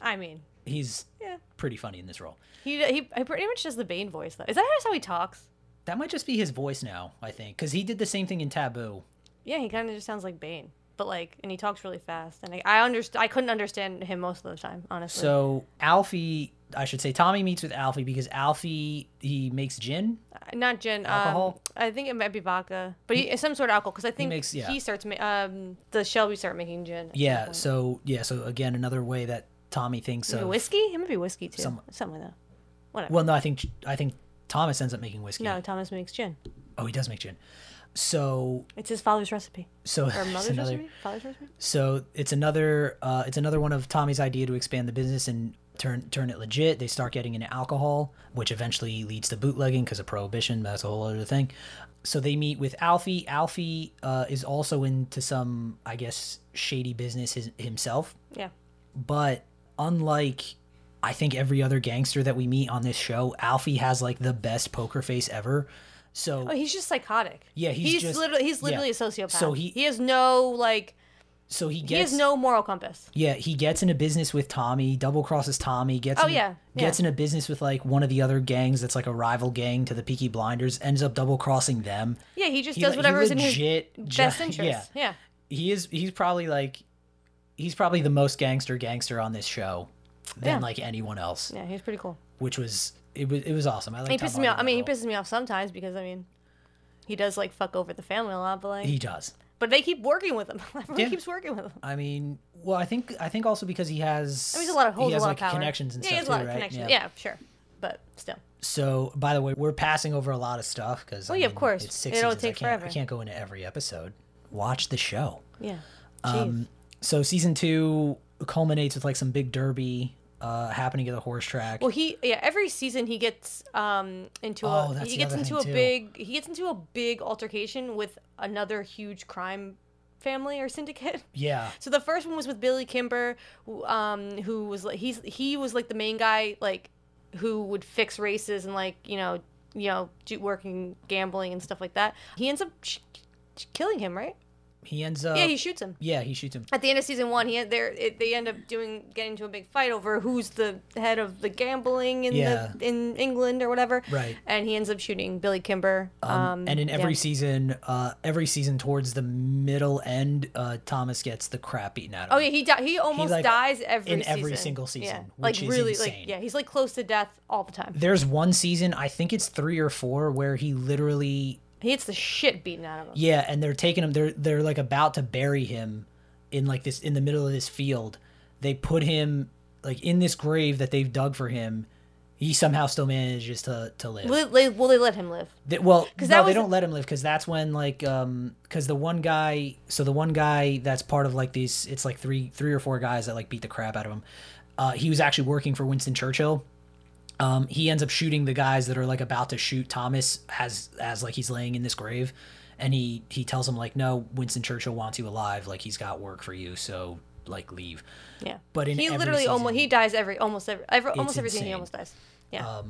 Speaker 2: I mean,
Speaker 1: He's
Speaker 2: yeah.
Speaker 1: pretty funny in this role.
Speaker 2: He, he he pretty much does the Bane voice though. Is that just how he talks?
Speaker 1: That might just be his voice now, I think, because he did the same thing in Taboo.
Speaker 2: Yeah, he kind of just sounds like Bane, but like, and he talks really fast. And I, I underst- I couldn't understand him most of the time, honestly.
Speaker 1: So Alfie, I should say, Tommy meets with Alfie because Alfie he makes gin.
Speaker 2: Uh, Not gin. Um,
Speaker 1: Alcohol?
Speaker 2: I think it might be vodka, but he, it's some sort of alcohol because I think he,
Speaker 1: makes- yeah.
Speaker 2: starts. Ma- um, the Shelby start making gin. at some
Speaker 1: Yeah.
Speaker 2: point.
Speaker 1: So yeah. So again, another way that Tommy thinks
Speaker 2: Maybe
Speaker 1: of.
Speaker 2: whiskey. It might be whiskey too.
Speaker 1: Some-
Speaker 2: Something like that. Whatever.
Speaker 1: Well, no, I think I think Thomas ends up making whiskey.
Speaker 2: no, Thomas makes gin.
Speaker 1: Oh, he does make gin. So
Speaker 2: It's his father's recipe
Speaker 1: so
Speaker 2: or
Speaker 1: it's
Speaker 2: mother's
Speaker 1: another.
Speaker 2: recipe. Father's recipe.
Speaker 1: So it's another uh, it's another one of Tommy's idea to expand the business and turn turn it legit. They start getting into alcohol, which eventually leads to bootlegging because of prohibition. That's a whole other thing. So they meet with Alfie. Alfie uh, is also into some, I guess, shady business his, himself.
Speaker 2: Yeah.
Speaker 1: But unlike, I think every other gangster that we meet on this show, Alfie has like the best poker face ever. So
Speaker 2: Oh, he's just psychotic.
Speaker 1: Yeah, he's just-
Speaker 2: literally he's
Speaker 1: yeah.
Speaker 2: literally a sociopath.
Speaker 1: So he-
Speaker 2: he has no like
Speaker 1: so he gets
Speaker 2: he has no moral compass.
Speaker 1: Yeah, he gets in a business with Tommy, double crosses Tommy, gets
Speaker 2: Oh,
Speaker 1: in a,
Speaker 2: yeah, yeah.
Speaker 1: gets in a business with like one of the other gangs that's like a rival gang to the Peaky Blinders, ends up double crossing them.
Speaker 2: Yeah, he just
Speaker 1: He
Speaker 2: does
Speaker 1: le- he
Speaker 2: whatever is in his
Speaker 1: legit ju-
Speaker 2: best interest.
Speaker 1: Yeah.
Speaker 2: Yeah.
Speaker 1: He is he's probably like he's probably the most gangster gangster on this show than
Speaker 2: Yeah.
Speaker 1: like anyone else,
Speaker 2: yeah, he's pretty cool.
Speaker 1: which was it was it was awesome. I like
Speaker 2: He
Speaker 1: Tom
Speaker 2: pisses me
Speaker 1: Hardy
Speaker 2: off. I
Speaker 1: in
Speaker 2: mean, he
Speaker 1: that role.
Speaker 2: pisses me off sometimes because I mean, he does like fuck over the family a lot, but like,
Speaker 1: he does.
Speaker 2: but they keep working with him. Everyone
Speaker 1: Yeah.
Speaker 2: keeps working with him.
Speaker 1: I mean, well, I think I think also because he has
Speaker 2: I mean, he's a lot of
Speaker 1: he
Speaker 2: holds
Speaker 1: has
Speaker 2: a lot
Speaker 1: like
Speaker 2: of power.
Speaker 1: connections and
Speaker 2: yeah,
Speaker 1: stuff
Speaker 2: he has a lot
Speaker 1: too,
Speaker 2: of
Speaker 1: right?
Speaker 2: connections. Yeah. sure, but still,
Speaker 1: So, by the way, we're passing over a lot of stuff because
Speaker 2: Oh, yeah, of course.
Speaker 1: it's six
Speaker 2: It'll
Speaker 1: seasons. I
Speaker 2: take
Speaker 1: can't- I
Speaker 2: forever.
Speaker 1: can't go into every episode. Watch the show.
Speaker 2: yeah. Jeez.
Speaker 1: Um, so season two culminates with like some big derby uh, happening at the horse track.
Speaker 2: Well, he yeah. Every season he gets um into
Speaker 1: Oh,
Speaker 2: a
Speaker 1: that's the
Speaker 2: he gets
Speaker 1: other
Speaker 2: into
Speaker 1: thing,
Speaker 2: a
Speaker 1: too.
Speaker 2: big he gets into a big altercation with another huge crime family or syndicate.
Speaker 1: yeah,
Speaker 2: So the first one was with Billy Kimber, who, um, who was like he's he was like the main guy like who would fix races and like you know you know do, working gambling and stuff like that. He ends up sh- sh- killing him, right?
Speaker 1: he ends up.
Speaker 2: yeah, he shoots him.
Speaker 1: yeah, he shoots him.
Speaker 2: At the end of season one, he there it, they end up doing getting into a big fight over who's the head of the gambling in
Speaker 1: Yeah.
Speaker 2: the in England or whatever.
Speaker 1: Right.
Speaker 2: And he ends up shooting Billy Kimber. Um,
Speaker 1: and in every
Speaker 2: yeah.
Speaker 1: season, uh, every season towards the middle end, uh, Thomas gets the crap beaten out of
Speaker 2: Oh
Speaker 1: him.
Speaker 2: yeah, he di- he almost
Speaker 1: like,
Speaker 2: dies every
Speaker 1: in
Speaker 2: season.
Speaker 1: every single season,
Speaker 2: yeah.
Speaker 1: which
Speaker 2: like
Speaker 1: is
Speaker 2: really
Speaker 1: insane.
Speaker 2: like yeah, he's like close to death all the time.
Speaker 1: There's one season, I think it's three or four, where he literally
Speaker 2: He gets the shit beaten out of him.
Speaker 1: Yeah, and they're taking him. They're they're like about to bury him in like this in the middle of this field. They put him like in this grave that they've dug for him. He somehow still manages to to live.
Speaker 2: Will, they, will they let him live?
Speaker 1: They- well, no,
Speaker 2: that
Speaker 1: they
Speaker 2: was-
Speaker 1: don't let him live because that's when like um because the one guy so the one guy that's part of like these it's like three three or four guys that like beat the crap out of him. Uh, he was actually working for Winston Churchill. Um, he ends up shooting the guys that are like about to shoot Thomas as as like he's laying in this grave, and he he tells him like no Winston Churchill wants you alive like he's got work for you so like leave.
Speaker 2: Yeah.
Speaker 1: But in
Speaker 2: he
Speaker 1: every
Speaker 2: literally almost
Speaker 1: season-
Speaker 2: he dies every almost every, every almost every season he
Speaker 1: insane.
Speaker 2: almost dies. Yeah.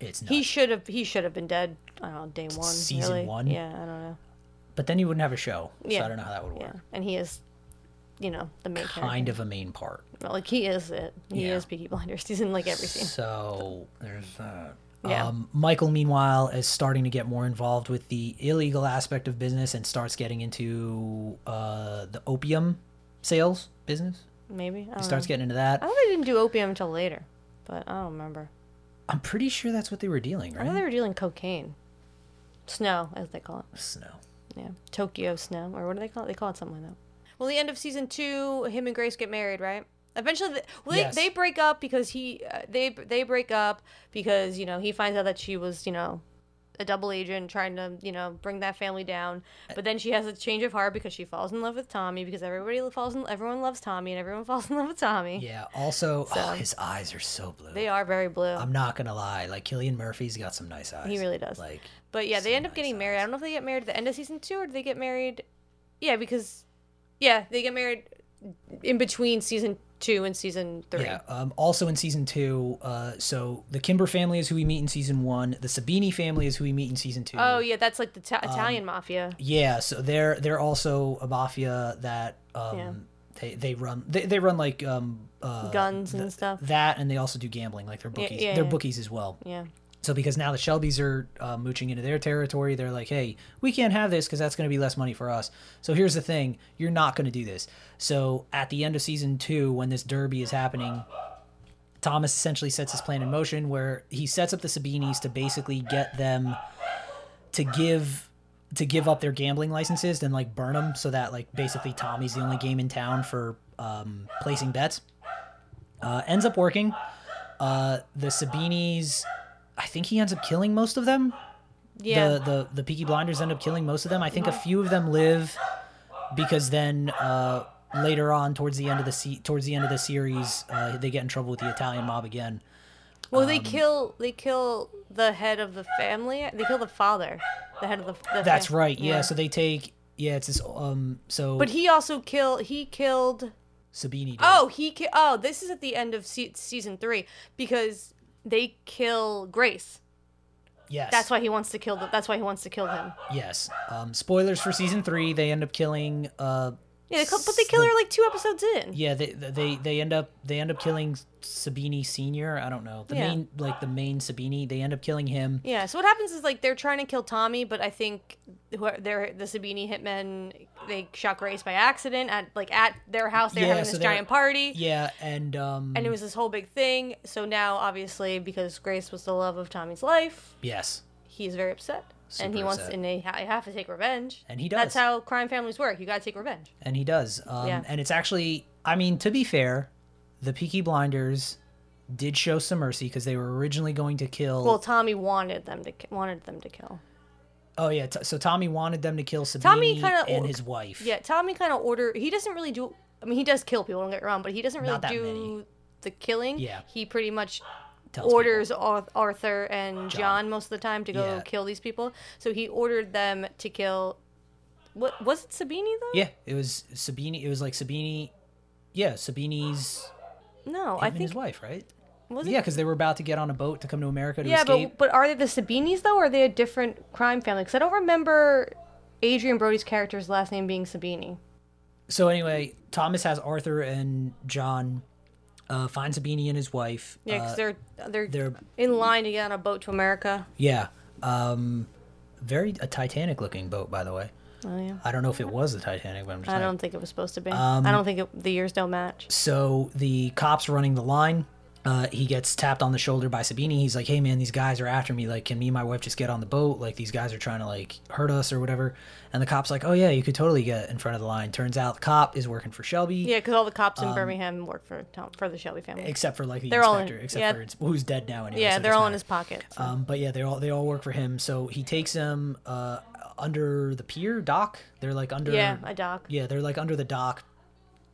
Speaker 1: It's nuts.
Speaker 2: he should have he should have been dead. I don't know day one.
Speaker 1: Season
Speaker 2: really.
Speaker 1: one?
Speaker 2: Yeah, I don't know.
Speaker 1: but then you wouldn't have a show, so
Speaker 2: Yeah.
Speaker 1: I don't know how that would
Speaker 2: Yeah,
Speaker 1: work.
Speaker 2: and he is, you know, the main
Speaker 1: Kind of a main part.
Speaker 2: character. Like he is it. He
Speaker 1: Yeah.
Speaker 2: is Peaky Blinders. He's in like every scene.
Speaker 1: So there's that.
Speaker 2: Yeah.
Speaker 1: Um, Michael, meanwhile, is starting to get more involved with the illegal aspect of business and starts getting into uh, the opium sales business.
Speaker 2: Maybe. I
Speaker 1: He
Speaker 2: don't
Speaker 1: starts
Speaker 2: know.
Speaker 1: getting into that.
Speaker 2: I thought they didn't do opium until later, but I don't remember.
Speaker 1: I'm pretty sure that's what they were dealing,
Speaker 2: I thought
Speaker 1: right?
Speaker 2: they were dealing cocaine. Snow, as they call it.
Speaker 1: Snow.
Speaker 2: Yeah. Tokyo Snow, or what do they call it? They call it something like that. Well, the end of season two, him and Grace get married, right? Eventually, they, well,
Speaker 1: Yes.
Speaker 2: they, they break up because he uh, they they break up because you know he finds out that she was you know a double agent trying to you know bring that family down. But then she has a change of heart because she falls in love with Tommy because everybody falls in everyone loves Tommy and everyone falls in love with Tommy.
Speaker 1: Yeah. Also, oh,
Speaker 2: So-
Speaker 1: his eyes are so blue.
Speaker 2: They are very blue.
Speaker 1: I'm not gonna lie. Like Killian Murphy's got some nice eyes.
Speaker 2: He really does.
Speaker 1: Like
Speaker 2: But yeah, they
Speaker 1: So
Speaker 2: end up
Speaker 1: nice
Speaker 2: getting married.
Speaker 1: eyes.
Speaker 2: I don't know if they get married at the end of season two or do they get married. Yeah, because yeah, they get married in between season two and season three.
Speaker 1: yeah. Um, also in season two, uh, so the Kimber family is who we meet in season one. The Sabini family is who we meet in season two.
Speaker 2: Oh yeah, that's like the ta- Italian mafia.
Speaker 1: Um, Yeah, so they're they're also a mafia that um
Speaker 2: Yeah.
Speaker 1: they, they run they, they run like um uh,
Speaker 2: Guns and stuff.
Speaker 1: that and they also do gambling like they're bookies
Speaker 2: yeah,
Speaker 1: they're
Speaker 2: yeah.
Speaker 1: bookies as well.
Speaker 2: Yeah.
Speaker 1: So because now the Shelbys are uh, mooching into their territory, they're like, "Hey, we can't have this because that's going to be less money for us." So here's the thing: you're not going to do this. So at the end of season two, when this derby is happening, Thomas essentially sets his plan in motion, where he sets up the Sabinis to basically get them to give to give up their gambling licenses and like burn them, so that like basically Tommy's the only game in town for um, placing bets. Uh, ends up working. Uh, the Sabinis I think he ends up killing most of them.
Speaker 2: Yeah.
Speaker 1: The, the the Peaky Blinders end up killing most of them. I think a few of them live because then uh, later on, towards the end of the se- towards the end of the series, uh, they get in trouble with the Italian mob again.
Speaker 2: well,
Speaker 1: um,
Speaker 2: they kill they kill the head of the family. They kill the father, the head of the. the
Speaker 1: That's
Speaker 2: fam-
Speaker 1: right. Yeah. So they take yeah. It's this um. So
Speaker 2: But he also kill he killed
Speaker 1: Sabini. Did.
Speaker 2: Oh, he ki- Oh, this is at the end of se- season 3 because they kill Grace.
Speaker 1: yes.
Speaker 2: That's why he wants to kill the, that's why he wants to kill him.
Speaker 1: Yes. Um. Spoilers for season three. They end up killing. Uh.
Speaker 2: Yeah, they kill, but they kill her like two episodes in.
Speaker 1: Yeah. They they they end up they end up killing Sabini Senior. I don't know the
Speaker 2: Yeah.
Speaker 1: main like the main Sabini. They end up killing him.
Speaker 2: Yeah, so what happens is like they're trying to kill Tommy, but I think who they're the Sabini hitmen they shot Grace by accident at like at their house. They're
Speaker 1: Yeah,
Speaker 2: having
Speaker 1: so
Speaker 2: this
Speaker 1: they're-
Speaker 2: giant party,
Speaker 1: Yeah, and um
Speaker 2: and it was this whole big thing. So now, obviously, because Grace was the love of Tommy's life,
Speaker 1: yes,
Speaker 2: he's very upset, and
Speaker 1: Super
Speaker 2: he wants
Speaker 1: upset.
Speaker 2: and they ha- have to take revenge.
Speaker 1: And he does.
Speaker 2: That's how crime families work. You gotta take revenge.
Speaker 1: and he does. Um,
Speaker 2: Yeah.
Speaker 1: And it's actually, I mean, to be fair, the Peaky Blinders did show some mercy because they were originally going to kill.
Speaker 2: Well, Tommy wanted them to ki- wanted them to kill.
Speaker 1: oh yeah, t- so Tommy wanted them to kill Sabini
Speaker 2: Tommy kinda-
Speaker 1: and his wife.
Speaker 2: Yeah, Tommy kind of order. He doesn't really do. I mean, he does kill people. Don't get me wrong, but he doesn't really
Speaker 1: Not that
Speaker 2: do
Speaker 1: many.
Speaker 2: the killing.
Speaker 1: Yeah.
Speaker 2: he pretty much
Speaker 1: tells
Speaker 2: orders Ar- Arthur and John. most of the time to go
Speaker 1: Yeah.
Speaker 2: kill these people. So he ordered them to kill. What was it, Sabini though?
Speaker 1: people. Yeah, it was Sabini. It was like Sabini. Yeah, Sabini's
Speaker 2: No,
Speaker 1: I
Speaker 2: I think
Speaker 1: his wife, right?
Speaker 2: was it.
Speaker 1: Yeah, because they were about to get on a boat to come to America to
Speaker 2: Yeah,
Speaker 1: escape.
Speaker 2: but but are they the Sabinis though, or are they a different crime family? Because I don't remember Adrian Brody's character's last name being Sabini.
Speaker 1: So anyway, Thomas has Arthur and John uh, find Sabini and his wife.
Speaker 2: Yeah, because
Speaker 1: uh,
Speaker 2: they're, they're
Speaker 1: they're
Speaker 2: in line to get on a boat to America.
Speaker 1: Yeah. Um, very a Titanic looking boat, by the way.
Speaker 2: Oh yeah.
Speaker 1: I don't know if it was the Titanic, but I'm just
Speaker 2: I
Speaker 1: saying.
Speaker 2: don't think it was supposed to be.
Speaker 1: Um,
Speaker 2: I don't think it, the years don't match.
Speaker 1: So the cops running the line. Uh, he gets tapped on the shoulder by Sabini. He's like, "Hey man, these guys are after me. Like, can me and my wife just get on the boat? Like, these guys are trying to like hurt us or whatever." And the cops like, "Oh yeah, you could totally get in front of the line." Turns out the cop is working for Shelby,
Speaker 2: Yeah, because all the cops
Speaker 1: um,
Speaker 2: in Birmingham work for Tom, for the Shelby family.
Speaker 1: except for like the
Speaker 2: They're all in-
Speaker 1: inspector, except
Speaker 2: yeah.
Speaker 1: for ins- who's dead now anyway.
Speaker 2: yeah,
Speaker 1: so it
Speaker 2: they're
Speaker 1: doesn't
Speaker 2: all in
Speaker 1: matter.
Speaker 2: his pocket. so-
Speaker 1: Um, but yeah, they all they all work for him. So he takes them uh, under the pier dock. They're like under
Speaker 2: yeah, a doc.
Speaker 1: Yeah, they're like under the dock,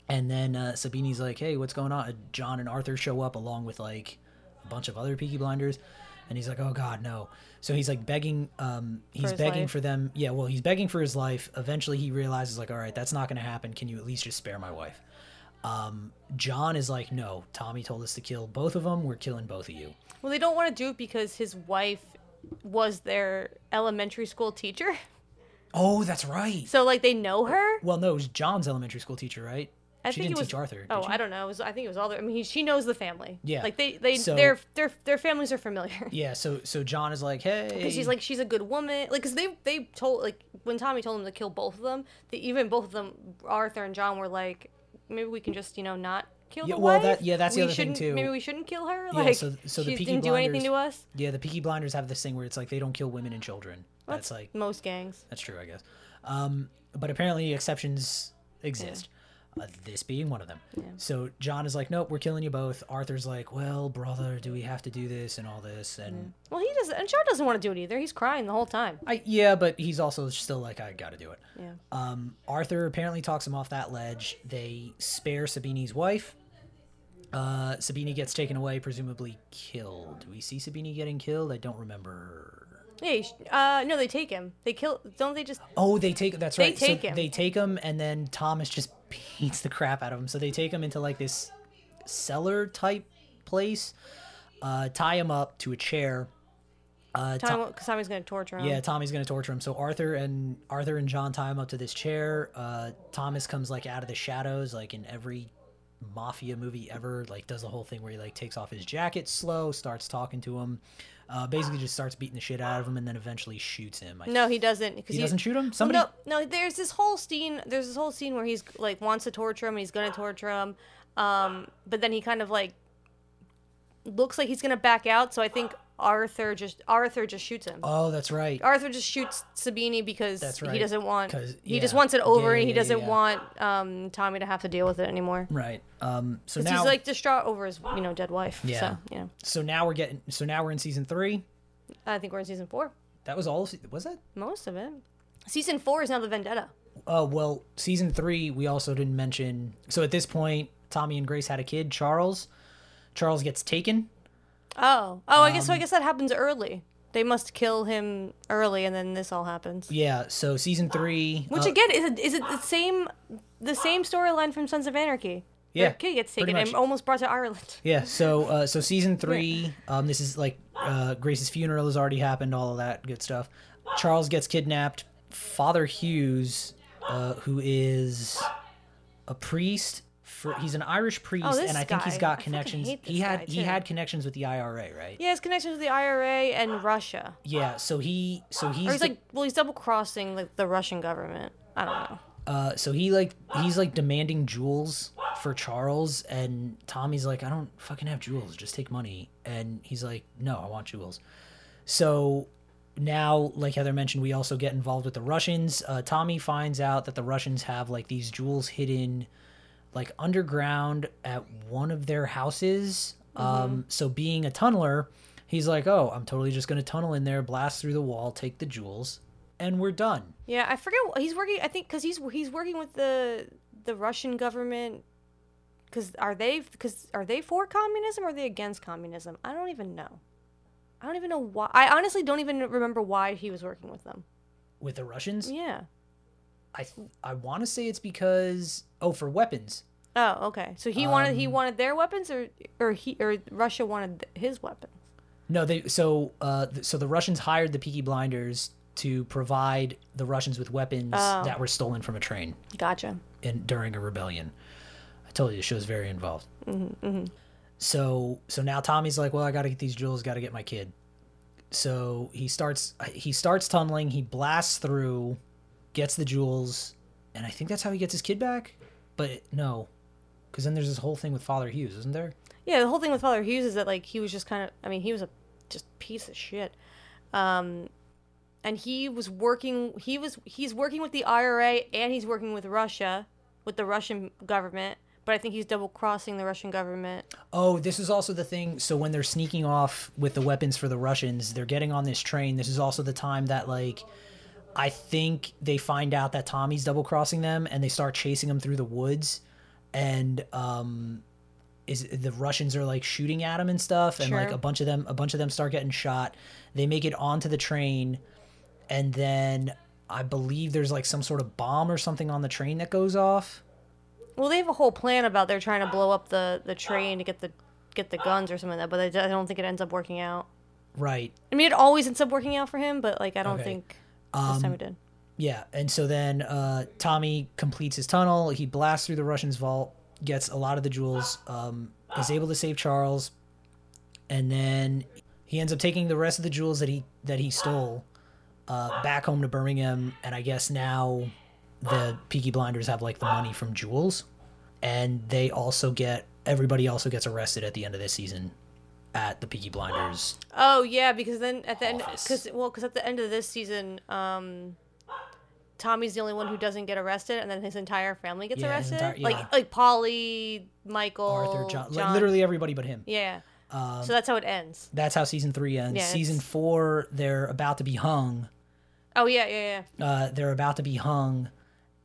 Speaker 1: and then uh, Sabini's like, "Hey, what's going on?" And John and Arthur show up along with like a bunch of other Peaky Blinders, and he's like, "Oh God, no!" So he's like begging, um, he's
Speaker 2: his
Speaker 1: begging
Speaker 2: life.
Speaker 1: for them. Yeah, well, he's begging for his life. Eventually, he realizes like, "All right, that's not going to happen. Can you at least just spare my wife?" Um, John is like, "No, Tommy told us to kill both of them. We're killing both of you."
Speaker 2: Well, they don't want to do it because his wife was their elementary school teacher.
Speaker 1: Oh, that's right.
Speaker 2: So like they know her.
Speaker 1: Well, no, it was John's elementary school teacher, right?
Speaker 2: I
Speaker 1: she
Speaker 2: think
Speaker 1: didn't
Speaker 2: it was
Speaker 1: teach Arthur. Did
Speaker 2: Oh,
Speaker 1: she?
Speaker 2: I don't know. It was, I think it was all. Their, I mean, he, she knows the family.
Speaker 1: Yeah.
Speaker 2: Like they they
Speaker 1: So-
Speaker 2: their their their families are familiar.
Speaker 1: Yeah, so so John is like, hey,
Speaker 2: Because she's like she's a good woman. Like because they they told like when Tommy told him to kill both of them, they, even both of them, Arthur and John were like, maybe we can just you know not kill
Speaker 1: Yeah,
Speaker 2: the
Speaker 1: well,
Speaker 2: wife?
Speaker 1: that- yeah, that's the
Speaker 2: we
Speaker 1: other thing,
Speaker 2: shouldn't-
Speaker 1: too.
Speaker 2: Maybe we shouldn't kill her.
Speaker 1: Yeah,
Speaker 2: Like,
Speaker 1: so- so the
Speaker 2: she
Speaker 1: Peaky
Speaker 2: didn't do anything
Speaker 1: Blinders-
Speaker 2: to us.
Speaker 1: Yeah, the Peaky Blinders have this thing where it's like they don't kill women and children. That's, like
Speaker 2: most gangs.
Speaker 1: that's true, I guess. Um, but apparently exceptions exist. Uh, this being one of them. So John is like, "Nope, we're killing you both." Arthur's like, "Well, brother, do we have to do this and all this?" And
Speaker 2: Well, he doesn't, and Shaw doesn't want to do it either. He's crying the whole time.
Speaker 1: I yeah, but he's also still like, "I got to do it."
Speaker 2: Yeah.
Speaker 1: Um, Arthur apparently talks him off that ledge. They spare Sabini's wife. Uh, Sabini gets taken away, presumably killed. Do we see Sabini getting killed? I don't remember.
Speaker 2: Yeah. he sh- Uh, no, they take him. They kill. Don't they just?
Speaker 1: Oh, they take that's
Speaker 2: They
Speaker 1: right.
Speaker 2: take
Speaker 1: so
Speaker 2: him.
Speaker 1: They take him, and then Thomas just beats the crap out of him. So they take him into like this cellar type place, uh, tie him up to a chair. Uh, Tom-
Speaker 2: Tommy, because Tommy's gonna torture him.
Speaker 1: Yeah, Tommy's gonna torture him. So Arthur and Arthur and John tie him up to this chair. Uh, Thomas comes like out of the shadows, like in every mafia movie ever. Like does the whole thing where he like takes off his jacket slow, starts talking to him, uh, basically just starts beating the shit out of him, and then eventually shoots him. I
Speaker 2: No, he doesn't. Because
Speaker 1: he doesn't shoot him. Somebody.
Speaker 2: No, no. There's this whole scene. There's this whole scene where he's like wants to torture him. and He's gonna torture him, um, but then he kind of like looks like he's gonna back out. So I think Arthur just Arthur just shoots him.
Speaker 1: Oh, that's right.
Speaker 2: Arthur just shoots Sabini because
Speaker 1: That's
Speaker 2: he
Speaker 1: right,
Speaker 2: doesn't want.
Speaker 1: 'cause-
Speaker 2: He just
Speaker 1: yeah.
Speaker 2: wants it over,
Speaker 1: Yeah, yeah,
Speaker 2: and he
Speaker 1: yeah,
Speaker 2: doesn't
Speaker 1: yeah.
Speaker 2: want um, Tommy to have to deal with it anymore.
Speaker 1: Right. Um. So now.
Speaker 2: he's like distraught over his you know dead wife.
Speaker 1: Yeah.
Speaker 2: So you know,
Speaker 1: so now we're getting. So now we're in season three.
Speaker 2: I think we're in season four.
Speaker 1: That was all. Of, se- was that?
Speaker 2: Most of it. Season four is now the vendetta.
Speaker 1: Oh well, season three we also didn't mention. So at this point, Tommy and Grace had a kid, Charles. Charles gets taken.
Speaker 2: Oh, oh, I
Speaker 1: Um,
Speaker 2: guess so. I guess that happens early. They must kill him early, and then this all happens.
Speaker 1: Yeah. So season three.
Speaker 2: Which
Speaker 1: uh,
Speaker 2: again is it, is it the same the same storyline from Sons of Anarchy?
Speaker 1: yeah.
Speaker 2: Their kid gets
Speaker 1: pretty
Speaker 2: taken and
Speaker 1: much.
Speaker 2: almost brought to Ireland.
Speaker 1: Yeah. So uh, so season three. Um, this is like uh, Grace's funeral has already happened. All of that good stuff. Charles gets kidnapped. Father Hughes, uh, who is a priest. For, he's an Irish priest,
Speaker 2: Oh, this
Speaker 1: and I think he's
Speaker 2: guy. I
Speaker 1: got
Speaker 2: fucking
Speaker 1: connections.
Speaker 2: hate
Speaker 1: He
Speaker 2: this
Speaker 1: had
Speaker 2: guy,
Speaker 1: he
Speaker 2: too.
Speaker 1: had connections with the IRA, right?
Speaker 2: He has connections with the IRA and Russia.
Speaker 1: Yeah. So he so he's,
Speaker 2: Or he's
Speaker 1: the-
Speaker 2: like, well, he's double crossing like the Russian government. I don't know.
Speaker 1: Uh, so he like he's like demanding jewels for Charles, and Tommy's like, I don't fucking have jewels, just take money. And he's like, No, I want jewels. So now, like Heather mentioned, we also get involved with the Russians. Uh, Tommy finds out that the Russians have like these jewels hidden, like underground at one of their houses. Um, so being a tunneler, he's like, Oh, I'm totally just gonna tunnel in there, blast through the wall, take the jewels, and we're done.
Speaker 2: Yeah, I forget. wh- He's working. I think because he's he's working with the the Russian government. Because are they? Because are they for communism or are they against communism? I don't even know. I don't even know why. I honestly don't even remember why he was working with them.
Speaker 1: With the Russians,
Speaker 2: Yeah.
Speaker 1: I th- I want to say it's because oh for weapons.
Speaker 2: Oh, okay. So he wanted he wanted their weapons, or or he or Russia wanted th- his weapons.
Speaker 1: No, they so uh th- so the Russians hired the Peaky Blinders to provide the Russians with weapons that were stolen from a train
Speaker 2: Gotcha.
Speaker 1: in during a rebellion. I told you the show's very involved. So so now Tommy's like, well, I got to get these jewels, got to get my kid. So he starts he starts tunneling. He blasts through, gets the jewels, and I think that's how he gets his kid back. But no, because then there's this whole thing with Father Hughes, isn't there?
Speaker 2: Yeah, the whole thing with Father Hughes is that like he was just kind of I mean, he was a just piece of shit. Um and he was working he was he's working with the IRA and he's working with Russia, with the Russian government, but I think he's double crossing the Russian government.
Speaker 1: Oh, this is also the thing. So when they're sneaking off with the weapons for the Russians, they're getting on this train. This is also the time that like I think they find out that Tommy's double crossing them and they start chasing him through the woods and um is the Russians are like shooting at him and stuff and like
Speaker 2: Sure.
Speaker 1: a bunch of them a bunch of them start getting shot. They make it onto the train and then I believe there's like some sort of bomb or something on the train that goes off.
Speaker 2: Well, they have a whole plan about they're trying to blow up the the train to get the get the guns or something like that, but I, I don't think it ends up working out.
Speaker 1: Right.
Speaker 2: I mean, it always ends up working out for him, but like I don't
Speaker 1: Okay.
Speaker 2: think this time it did.
Speaker 1: Yeah, and so then uh, Tommy completes his tunnel. He blasts through the Russian's vault, gets a lot of the jewels, um, is able to save Charles, and then he ends up taking the rest of the jewels that he that he stole uh, back home to Birmingham. And I guess now the Peaky Blinders have like the money from jewels, and they also get everybody also gets arrested at the end of this season at the Peaky Blinders.
Speaker 2: Oh yeah, because then at the end,
Speaker 1: Office.
Speaker 2: because well, because at the end of this season, um, Tommy's the only one who doesn't get arrested, and then his entire family gets
Speaker 1: Yeah, his
Speaker 2: arrested.
Speaker 1: entire- yeah.
Speaker 2: Like like Polly, Michael,
Speaker 1: Arthur, John, like, literally everybody but him.
Speaker 2: Yeah.
Speaker 1: Um,
Speaker 2: so that's how it ends.
Speaker 1: that's how season three ends.
Speaker 2: Yeah,
Speaker 1: season
Speaker 2: it's-
Speaker 1: four, they're about to be hung.
Speaker 2: Oh yeah, yeah, yeah.
Speaker 1: Uh, they're about to be hung,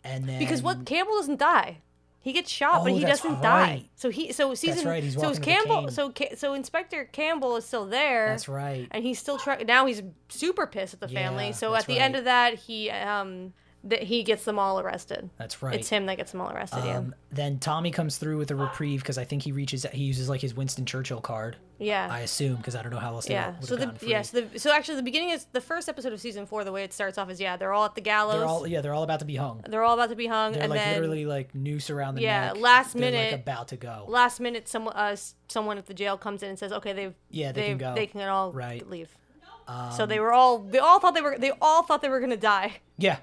Speaker 1: and then
Speaker 2: Because what Campbell doesn't die. He gets shot, but
Speaker 1: Oh,
Speaker 2: he
Speaker 1: that's
Speaker 2: doesn't die.
Speaker 1: right.
Speaker 2: So he so season
Speaker 1: right, he's
Speaker 2: so
Speaker 1: walking
Speaker 2: is
Speaker 1: with a
Speaker 2: Campbell
Speaker 1: cane.
Speaker 2: so Ca- so Inspector Campbell is still there.
Speaker 1: That's right.
Speaker 2: and he's still trying now he's super pissed at the
Speaker 1: Yeah,
Speaker 2: family so
Speaker 1: that's
Speaker 2: at the end
Speaker 1: right.
Speaker 2: of that he um that he gets them all arrested
Speaker 1: That's right.
Speaker 2: it's him that gets them all arrested
Speaker 1: Um, then Tommy comes through with a reprieve because I think he reaches. He uses like his Winston Churchill card.
Speaker 2: yeah
Speaker 1: I
Speaker 2: yeah
Speaker 1: assume because I don't know how else.
Speaker 2: yeah
Speaker 1: They would
Speaker 2: so
Speaker 1: have
Speaker 2: the
Speaker 1: gotten free.
Speaker 2: yeah so, the, so actually the beginning is the first episode of season four the way it starts off is yeah they're all at the gallows
Speaker 1: they're all yeah they're all about to be hung.
Speaker 2: about to be hung
Speaker 1: They're
Speaker 2: and
Speaker 1: like
Speaker 2: then
Speaker 1: literally like noose around the
Speaker 2: Yeah,
Speaker 1: neck.
Speaker 2: last
Speaker 1: They're,
Speaker 2: minute-
Speaker 1: like about to go.
Speaker 2: last minute someone uh, s- someone at the jail comes in and says okay they've
Speaker 1: Yeah, they can
Speaker 2: they've-
Speaker 1: go.
Speaker 2: they can all
Speaker 1: Right. Um,
Speaker 2: leave so they were all they all thought they were they all thought they were gonna die
Speaker 1: yeah.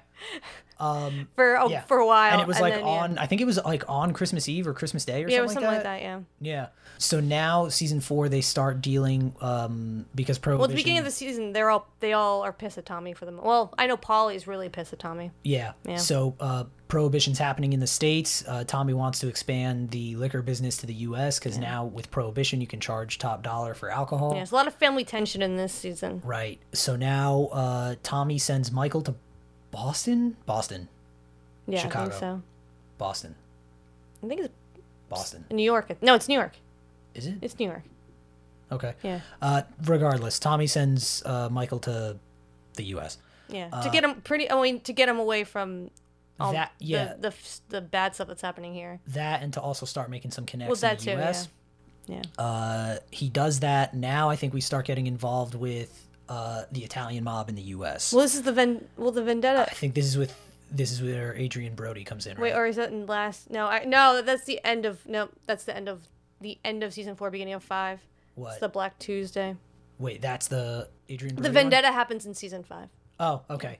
Speaker 1: Um,
Speaker 2: for oh,
Speaker 1: yeah.
Speaker 2: for a while
Speaker 1: and it was like
Speaker 2: then, yeah.
Speaker 1: on. I think it was like on Christmas Eve or Christmas Day or something
Speaker 2: yeah, it was something
Speaker 1: like
Speaker 2: like that yeah
Speaker 1: Yeah. So now season four, they start dealing um, because prohibition.
Speaker 2: Well, at the beginning of the season, they're all they all are pissed at Tommy for the mo- well. I know Polly's really pissed at Tommy.
Speaker 1: Yeah.
Speaker 2: Yeah.
Speaker 1: So uh, prohibition's happening in the states. Uh, Tommy wants to expand the liquor business to the U.S. because now with prohibition, you can charge top dollar for alcohol.
Speaker 2: Yeah, there's a lot of family tension in this season.
Speaker 1: Right. So now uh, Tommy sends Michael to Boston, Boston,
Speaker 2: Yeah, I
Speaker 1: Chicago.
Speaker 2: think so.
Speaker 1: Boston,
Speaker 2: I think it's
Speaker 1: Boston.
Speaker 2: New York. No, it's New York.
Speaker 1: Is it?
Speaker 2: It's New York.
Speaker 1: Okay.
Speaker 2: Yeah,
Speaker 1: Uh, regardless, Tommy sends uh, Michael to the U.S.
Speaker 2: yeah. to get him pretty. I mean, to get him away from all
Speaker 1: That- yeah.
Speaker 2: the, the f- the bad stuff that's happening here.
Speaker 1: That and to also start making some connections
Speaker 2: Well, that
Speaker 1: in
Speaker 2: too.
Speaker 1: the U.S.
Speaker 2: Yeah. Yeah.
Speaker 1: uh, he does that now i think we start getting involved with uh, the italian mob in the us
Speaker 2: Well, this is the ven. Well, the vendetta.
Speaker 1: i think this is with this is where adrian brody comes in right
Speaker 2: Wait, or is that in last? No, I, no. That's the end of no. That's the end of the end of season four, beginning of five.
Speaker 1: what
Speaker 2: It's the Black Tuesday.
Speaker 1: wait that's the adrian brody
Speaker 2: The
Speaker 1: one?
Speaker 2: vendetta happens in season five.
Speaker 1: oh okay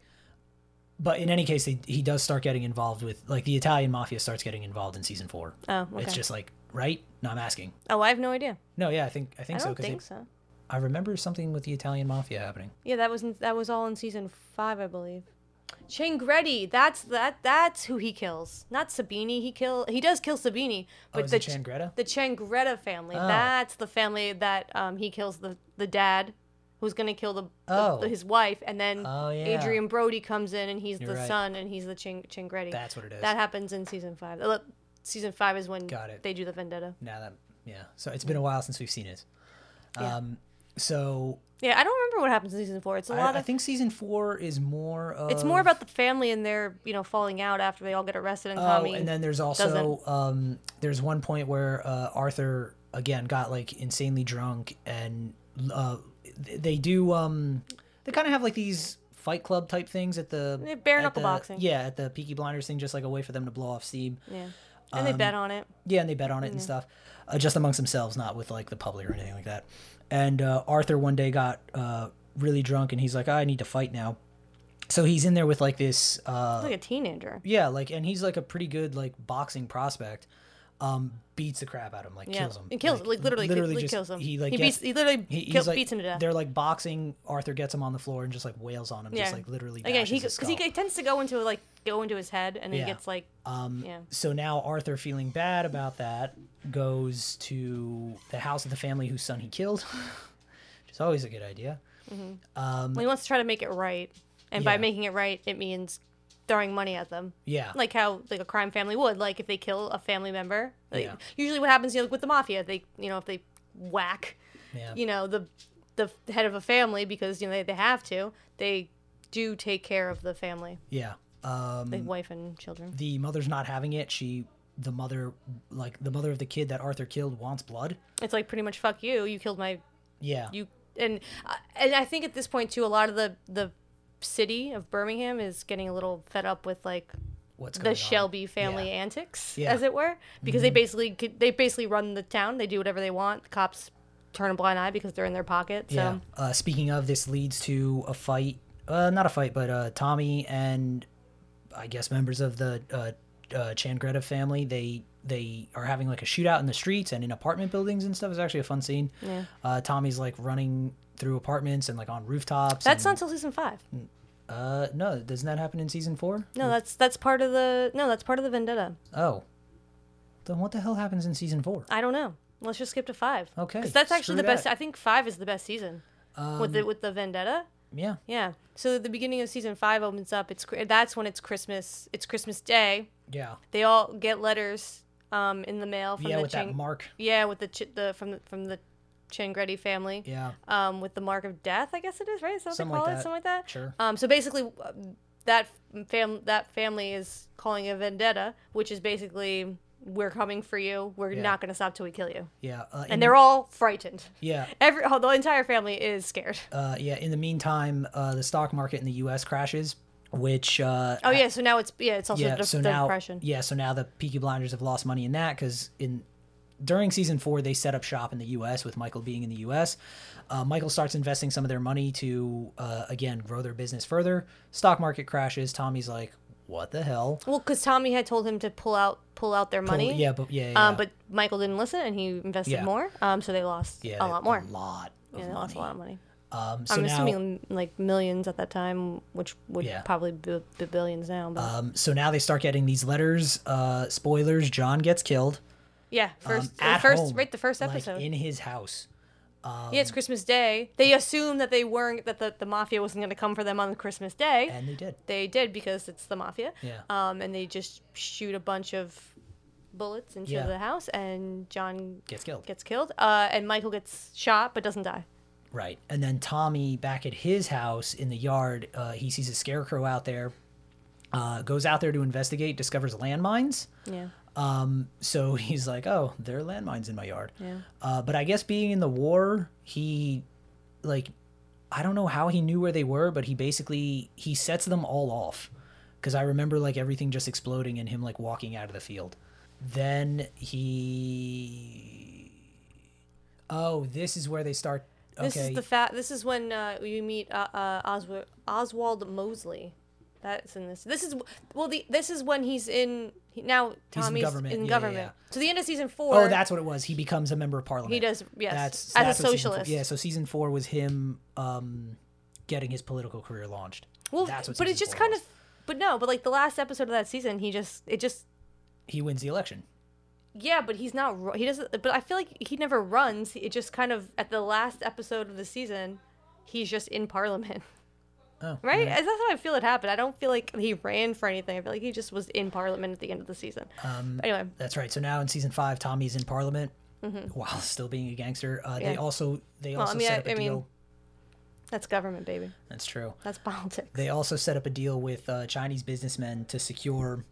Speaker 1: but in any case he, he does start getting involved with like the italian mafia starts getting involved in season four
Speaker 2: Oh, okay.
Speaker 1: it's just like right no i'm asking
Speaker 2: Oh, I have no idea.
Speaker 1: no yeah i think i
Speaker 2: I
Speaker 1: think so
Speaker 2: don't
Speaker 1: because
Speaker 2: think so.
Speaker 1: i remember something with the italian mafia happening
Speaker 2: Yeah, that was in, that was all in season five, I believe. Changretti, that's that that's who he kills. Not Sabini. He kill he does kill Sabini,
Speaker 1: oh,
Speaker 2: but
Speaker 1: is
Speaker 2: the
Speaker 1: it Changreta?
Speaker 2: the Changretta family.
Speaker 1: Oh.
Speaker 2: That's the family that um he kills the the dad, who's gonna kill the, the-
Speaker 1: Oh.
Speaker 2: the- his wife, and then
Speaker 1: Oh, yeah.
Speaker 2: Adrian Brody comes in and he's
Speaker 1: You're
Speaker 2: the
Speaker 1: right.
Speaker 2: son and he's the Ching Changretti.
Speaker 1: that's what it is
Speaker 2: that happens in season five. Uh, look, Season five is when
Speaker 1: Got it.
Speaker 2: they do the vendetta.
Speaker 1: now that yeah so it's been a while since we've seen it
Speaker 2: Yeah.
Speaker 1: um so
Speaker 2: Yeah, I don't remember what happens in season four. It's a lot
Speaker 1: I, I
Speaker 2: of
Speaker 1: think season four is more of
Speaker 2: It's more about the family and their, you know, falling out after they all get arrested and Tommy.
Speaker 1: Oh, and then there's also
Speaker 2: doesn't-
Speaker 1: um there's one point where uh Arthur again got like insanely drunk and uh th- they do um they kind of have like these fight club type things at the
Speaker 2: Yeah, bare
Speaker 1: at
Speaker 2: knuckle
Speaker 1: the-
Speaker 2: boxing.
Speaker 1: yeah at the Peaky Blinders thing just like a way for them to blow off steam
Speaker 2: yeah. And they bet
Speaker 1: um,
Speaker 2: on it.
Speaker 1: Yeah, and they bet on it and stuff, uh, just amongst themselves, not with like the public or anything like that. And uh, Arthur one day got uh, really drunk, and he's like, "I need to fight now." So he's in there with like this, uh,
Speaker 2: He's like a teenager.
Speaker 1: yeah, like, and he's like a pretty good like boxing prospect. Um, beats the crap out of him, like
Speaker 2: Yeah.
Speaker 1: kills him.
Speaker 2: It kills like, literally, literally kills him.
Speaker 1: He like
Speaker 2: beats
Speaker 1: gets,
Speaker 2: he literally
Speaker 1: he- he's,
Speaker 2: kill,
Speaker 1: like-
Speaker 2: beats him to death.
Speaker 1: They're like boxing. Arthur gets him on the floor and just like wails on him, just
Speaker 2: Yeah.
Speaker 1: like literally.
Speaker 2: Again, he
Speaker 1: bashes his
Speaker 2: cuz he
Speaker 1: skull.
Speaker 2: tends to go into like go into his head and
Speaker 1: Yeah.
Speaker 2: he gets like
Speaker 1: Um,
Speaker 2: Yeah.
Speaker 1: So now Arthur, feeling bad about that, goes to the house of the family whose son he killed, which is always a good idea.
Speaker 2: well, he wants to try to make it right. And by
Speaker 1: um, Yeah.
Speaker 2: making it right, it means throwing money at them.
Speaker 1: Yeah.
Speaker 2: Like how like a crime family would, like if they kill a family member. Like,
Speaker 1: Yeah.
Speaker 2: Usually what happens you know, like with the mafia, they you know, if they whack
Speaker 1: yeah.
Speaker 2: you know the the head of a family because you know they, they have to they do take care of the family
Speaker 1: yeah. Um,
Speaker 2: the wife and children
Speaker 1: the mother's not having it. She, the mother, like the mother of the kid that Arthur killed, wants blood.
Speaker 2: it's like pretty much fuck you you killed my
Speaker 1: Yeah.
Speaker 2: you and I- and i think at this point too a lot of the the city of birmingham is getting a little fed up with like
Speaker 1: What's going
Speaker 2: the
Speaker 1: on?
Speaker 2: shelby family antics
Speaker 1: Yeah. Mm-hmm.
Speaker 2: as it were because they basically could- they basically run the town they do whatever they want the cops turn a blind eye because they're in their pocket so
Speaker 1: Yeah. Uh, speaking of, this leads to a fight. Uh, not a fight, but uh, Tommy and I guess members of the uh, uh, Changreta family. They they are having like a shootout in the streets and in apartment buildings and stuff. It's actually a fun scene.
Speaker 2: Yeah.
Speaker 1: Uh, Tommy's like running through apartments and like on rooftops.
Speaker 2: That's not
Speaker 1: and,
Speaker 2: until season five.
Speaker 1: uh no. Doesn't that happen in season four?
Speaker 2: No, that's that's part of the no, that's part of the vendetta.
Speaker 1: Oh, then what the hell happens in season four?
Speaker 2: I don't know. Let's just skip to five.
Speaker 1: Okay,
Speaker 2: Because that's
Speaker 1: screw
Speaker 2: actually the best.
Speaker 1: that. Um,
Speaker 2: I think five is the best season with the with the vendetta.
Speaker 1: Yeah.
Speaker 2: Yeah. So the beginning of season five opens up. It's cr- that's when it's Christmas. It's Christmas Day.
Speaker 1: Yeah.
Speaker 2: They all get letters um, in the mail from
Speaker 1: Yeah.
Speaker 2: the
Speaker 1: With
Speaker 2: Chang-
Speaker 1: that mark.
Speaker 2: yeah with the ch- the from the from the Changretti family.
Speaker 1: Yeah.
Speaker 2: Um, with the mark of death, I guess it is right. Is that what they
Speaker 1: Something like
Speaker 2: call it?
Speaker 1: that.
Speaker 2: Something like that.
Speaker 1: Sure.
Speaker 2: Um, so basically, uh, that fam that family is calling a vendetta, which is basically we're coming for you. We're not going to stop till we kill you.
Speaker 1: Yeah. Uh, in-
Speaker 2: And they're all frightened.
Speaker 1: yeah.
Speaker 2: Every oh, the entire family is scared.
Speaker 1: Uh, yeah. In the meantime, uh, the stock market in the U.S. crashes, which uh,
Speaker 2: Oh yeah, so now it's yeah, it's also
Speaker 1: yeah.
Speaker 2: the
Speaker 1: so
Speaker 2: the
Speaker 1: now
Speaker 2: depression.
Speaker 1: yeah. So now the Peaky Blinders have lost money in that because in during season four they set up shop in the U.S. with Michael being in the U.S. Uh, Michael starts investing some of their money to uh, again grow their business further. Stock market crashes. Tommy's like, "What the hell?"
Speaker 2: Well, because Tommy had told him to pull out pull out their money.
Speaker 1: Yeah, but yeah, yeah,
Speaker 2: Um, but Michael didn't listen, and he invested
Speaker 1: Yeah.
Speaker 2: more. Um, so they lost
Speaker 1: yeah,
Speaker 2: a lot more.
Speaker 1: A lot. Of
Speaker 2: yeah, they lost a lot of money.
Speaker 1: Um, so
Speaker 2: I'm
Speaker 1: now,
Speaker 2: assuming like millions at that time, which would
Speaker 1: Yeah.
Speaker 2: probably be, be billions now. But
Speaker 1: Um, so now they start getting these letters. Uh, spoilers: John gets killed.
Speaker 2: yeah,
Speaker 1: Um,
Speaker 2: first,
Speaker 1: at
Speaker 2: first,
Speaker 1: home,
Speaker 2: right, the first
Speaker 1: like,
Speaker 2: episode.
Speaker 1: in um, his house.
Speaker 2: yeah, it's Christmas Day. They assumed that they weren't that the, the mafia wasn't going to come for them on Christmas Day.
Speaker 1: And they did.
Speaker 2: they did because it's the mafia.
Speaker 1: Yeah.
Speaker 2: Um, and they just shoot a bunch of bullets into
Speaker 1: Yeah.
Speaker 2: the house, and John
Speaker 1: Gets killed.
Speaker 2: gets killed. Uh, and Michael gets shot but doesn't die.
Speaker 1: Right. And then Tommy, back at his house in the yard, uh, he sees a scarecrow out there, uh, goes out there to investigate, discovers landmines.
Speaker 2: Yeah.
Speaker 1: Um, so he's like, oh, there are landmines in my yard.
Speaker 2: Yeah.
Speaker 1: Uh, but I guess being in the war, he, like, I don't know how he knew where they were, but he basically he sets them all off. Because I remember like everything just exploding and him like walking out of the field. Then he, oh, this is where they start. Okay,
Speaker 2: This is the fat. This is when uh, you meet uh, uh, Oswald Oswald Mosley. That's in this. This is well. The this is when he's in he, now. Tommy's
Speaker 1: government.
Speaker 2: In
Speaker 1: Yeah, yeah,
Speaker 2: government.
Speaker 1: yeah.
Speaker 2: So the end of season four.
Speaker 1: oh, that's what it was. He becomes a member of parliament.
Speaker 2: he does. Yes,
Speaker 1: That's that's
Speaker 2: as a
Speaker 1: what season four-
Speaker 2: socialist.
Speaker 1: Yeah, so season four was him um, getting his political career launched.
Speaker 2: Well,
Speaker 1: that's what
Speaker 2: but it's
Speaker 1: season
Speaker 2: just
Speaker 1: four
Speaker 2: kind
Speaker 1: was.
Speaker 2: of. But no, but like the last episode of that season, he just it just
Speaker 1: He wins the election.
Speaker 2: yeah, but he's not ru- he doesn't. But I feel like he never runs. It just kind of at the last episode of the season, he's just in parliament.
Speaker 1: Oh,
Speaker 2: Right? That's how I feel it happened. I don't feel like he ran for anything. I feel like he just was in Parliament at the end of the season. Um, anyway,
Speaker 1: That's right. So now in season five, Tommy's in Parliament while still being a gangster. Uh, They
Speaker 2: Mm-hmm. Yeah.
Speaker 1: also they also
Speaker 2: I mean,
Speaker 1: set
Speaker 2: I-
Speaker 1: up a
Speaker 2: I mean-
Speaker 1: deal.
Speaker 2: that's government, baby.
Speaker 1: That's true.
Speaker 2: That's politics.
Speaker 1: They also set up a deal with uh, Chinese businessmen to secure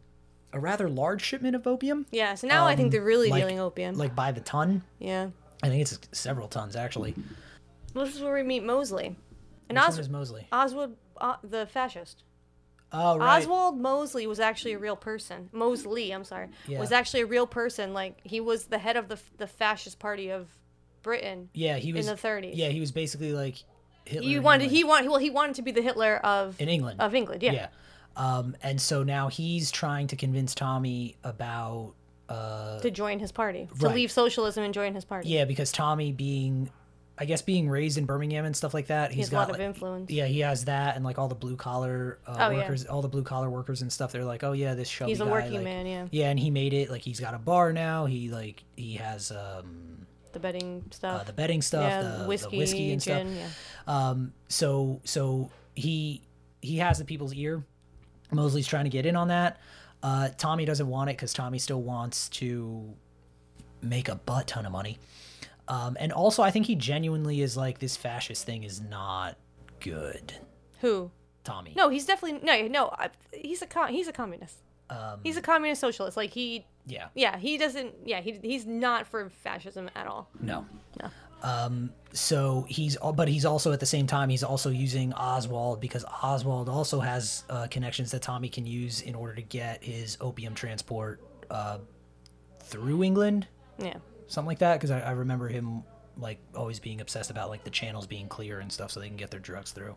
Speaker 1: a rather large shipment of opium,
Speaker 2: yeah, so now I think they're really
Speaker 1: Um, like-
Speaker 2: dealing opium.
Speaker 1: like by the ton.
Speaker 2: yeah.
Speaker 1: I think it's several tons actually.
Speaker 2: Well, this is where we meet Mosley. And
Speaker 1: Which one
Speaker 2: Os-
Speaker 1: is Mosley?
Speaker 2: Oswald, uh, the fascist.
Speaker 1: Oh right.
Speaker 2: Oswald Mosley was actually a real person. Mosley, I'm sorry,
Speaker 1: Yeah.
Speaker 2: was actually a real person. Like, he was the head of the, the fascist party of Britain.
Speaker 1: yeah, he was
Speaker 2: the 30s.
Speaker 1: Yeah, he was basically like Hitler.
Speaker 2: He
Speaker 1: in
Speaker 2: wanted,
Speaker 1: England.
Speaker 2: he wanted, well, he wanted to be the Hitler of,
Speaker 1: in England.
Speaker 2: of England,
Speaker 1: yeah. Um, and so now he's trying to convince Tommy about uh,
Speaker 2: to join his party, to
Speaker 1: Right.
Speaker 2: leave socialism and join his party.
Speaker 1: yeah, because Tommy being, I guess being raised in Birmingham and stuff like that,
Speaker 2: he
Speaker 1: he's
Speaker 2: has a lot
Speaker 1: got
Speaker 2: of
Speaker 1: like-
Speaker 2: influence.
Speaker 1: yeah, he has that and like all the blue collar uh,
Speaker 2: Oh, yeah.
Speaker 1: workers, all the blue collar workers and stuff. They're like, oh yeah, this show.
Speaker 2: He's a working
Speaker 1: like,
Speaker 2: man, yeah.
Speaker 1: Yeah, and he made it. Like he's got a bar now. He like he has um,
Speaker 2: The betting
Speaker 1: uh,
Speaker 2: stuff.
Speaker 1: the betting stuff,
Speaker 2: yeah,
Speaker 1: the, the whiskey, and stuff.
Speaker 2: gin, yeah.
Speaker 1: Um, so so he he has the people's ear. Mosley's trying to get in on that. Uh, Tommy doesn't want it because Tommy still wants to make a butt ton of money. Um, and also, I think he genuinely is like this fascist thing is not good.
Speaker 2: Who?
Speaker 1: Tommy.
Speaker 2: No, he's definitely no, no. I, he's a com- he's a communist.
Speaker 1: Um,
Speaker 2: he's a communist socialist. Like he,
Speaker 1: Yeah.
Speaker 2: yeah, he doesn't. Yeah, he, he's not for fascism at all.
Speaker 1: No. Um,
Speaker 2: No.
Speaker 1: So he's, al- but he's also at the same time he's also using Oswald because Oswald also has uh, connections that Tommy can use in order to get his opium transport uh, through England.
Speaker 2: Yeah.
Speaker 1: something like that because I, I remember him like always being obsessed about like the channels being clear and stuff so they can get their drugs through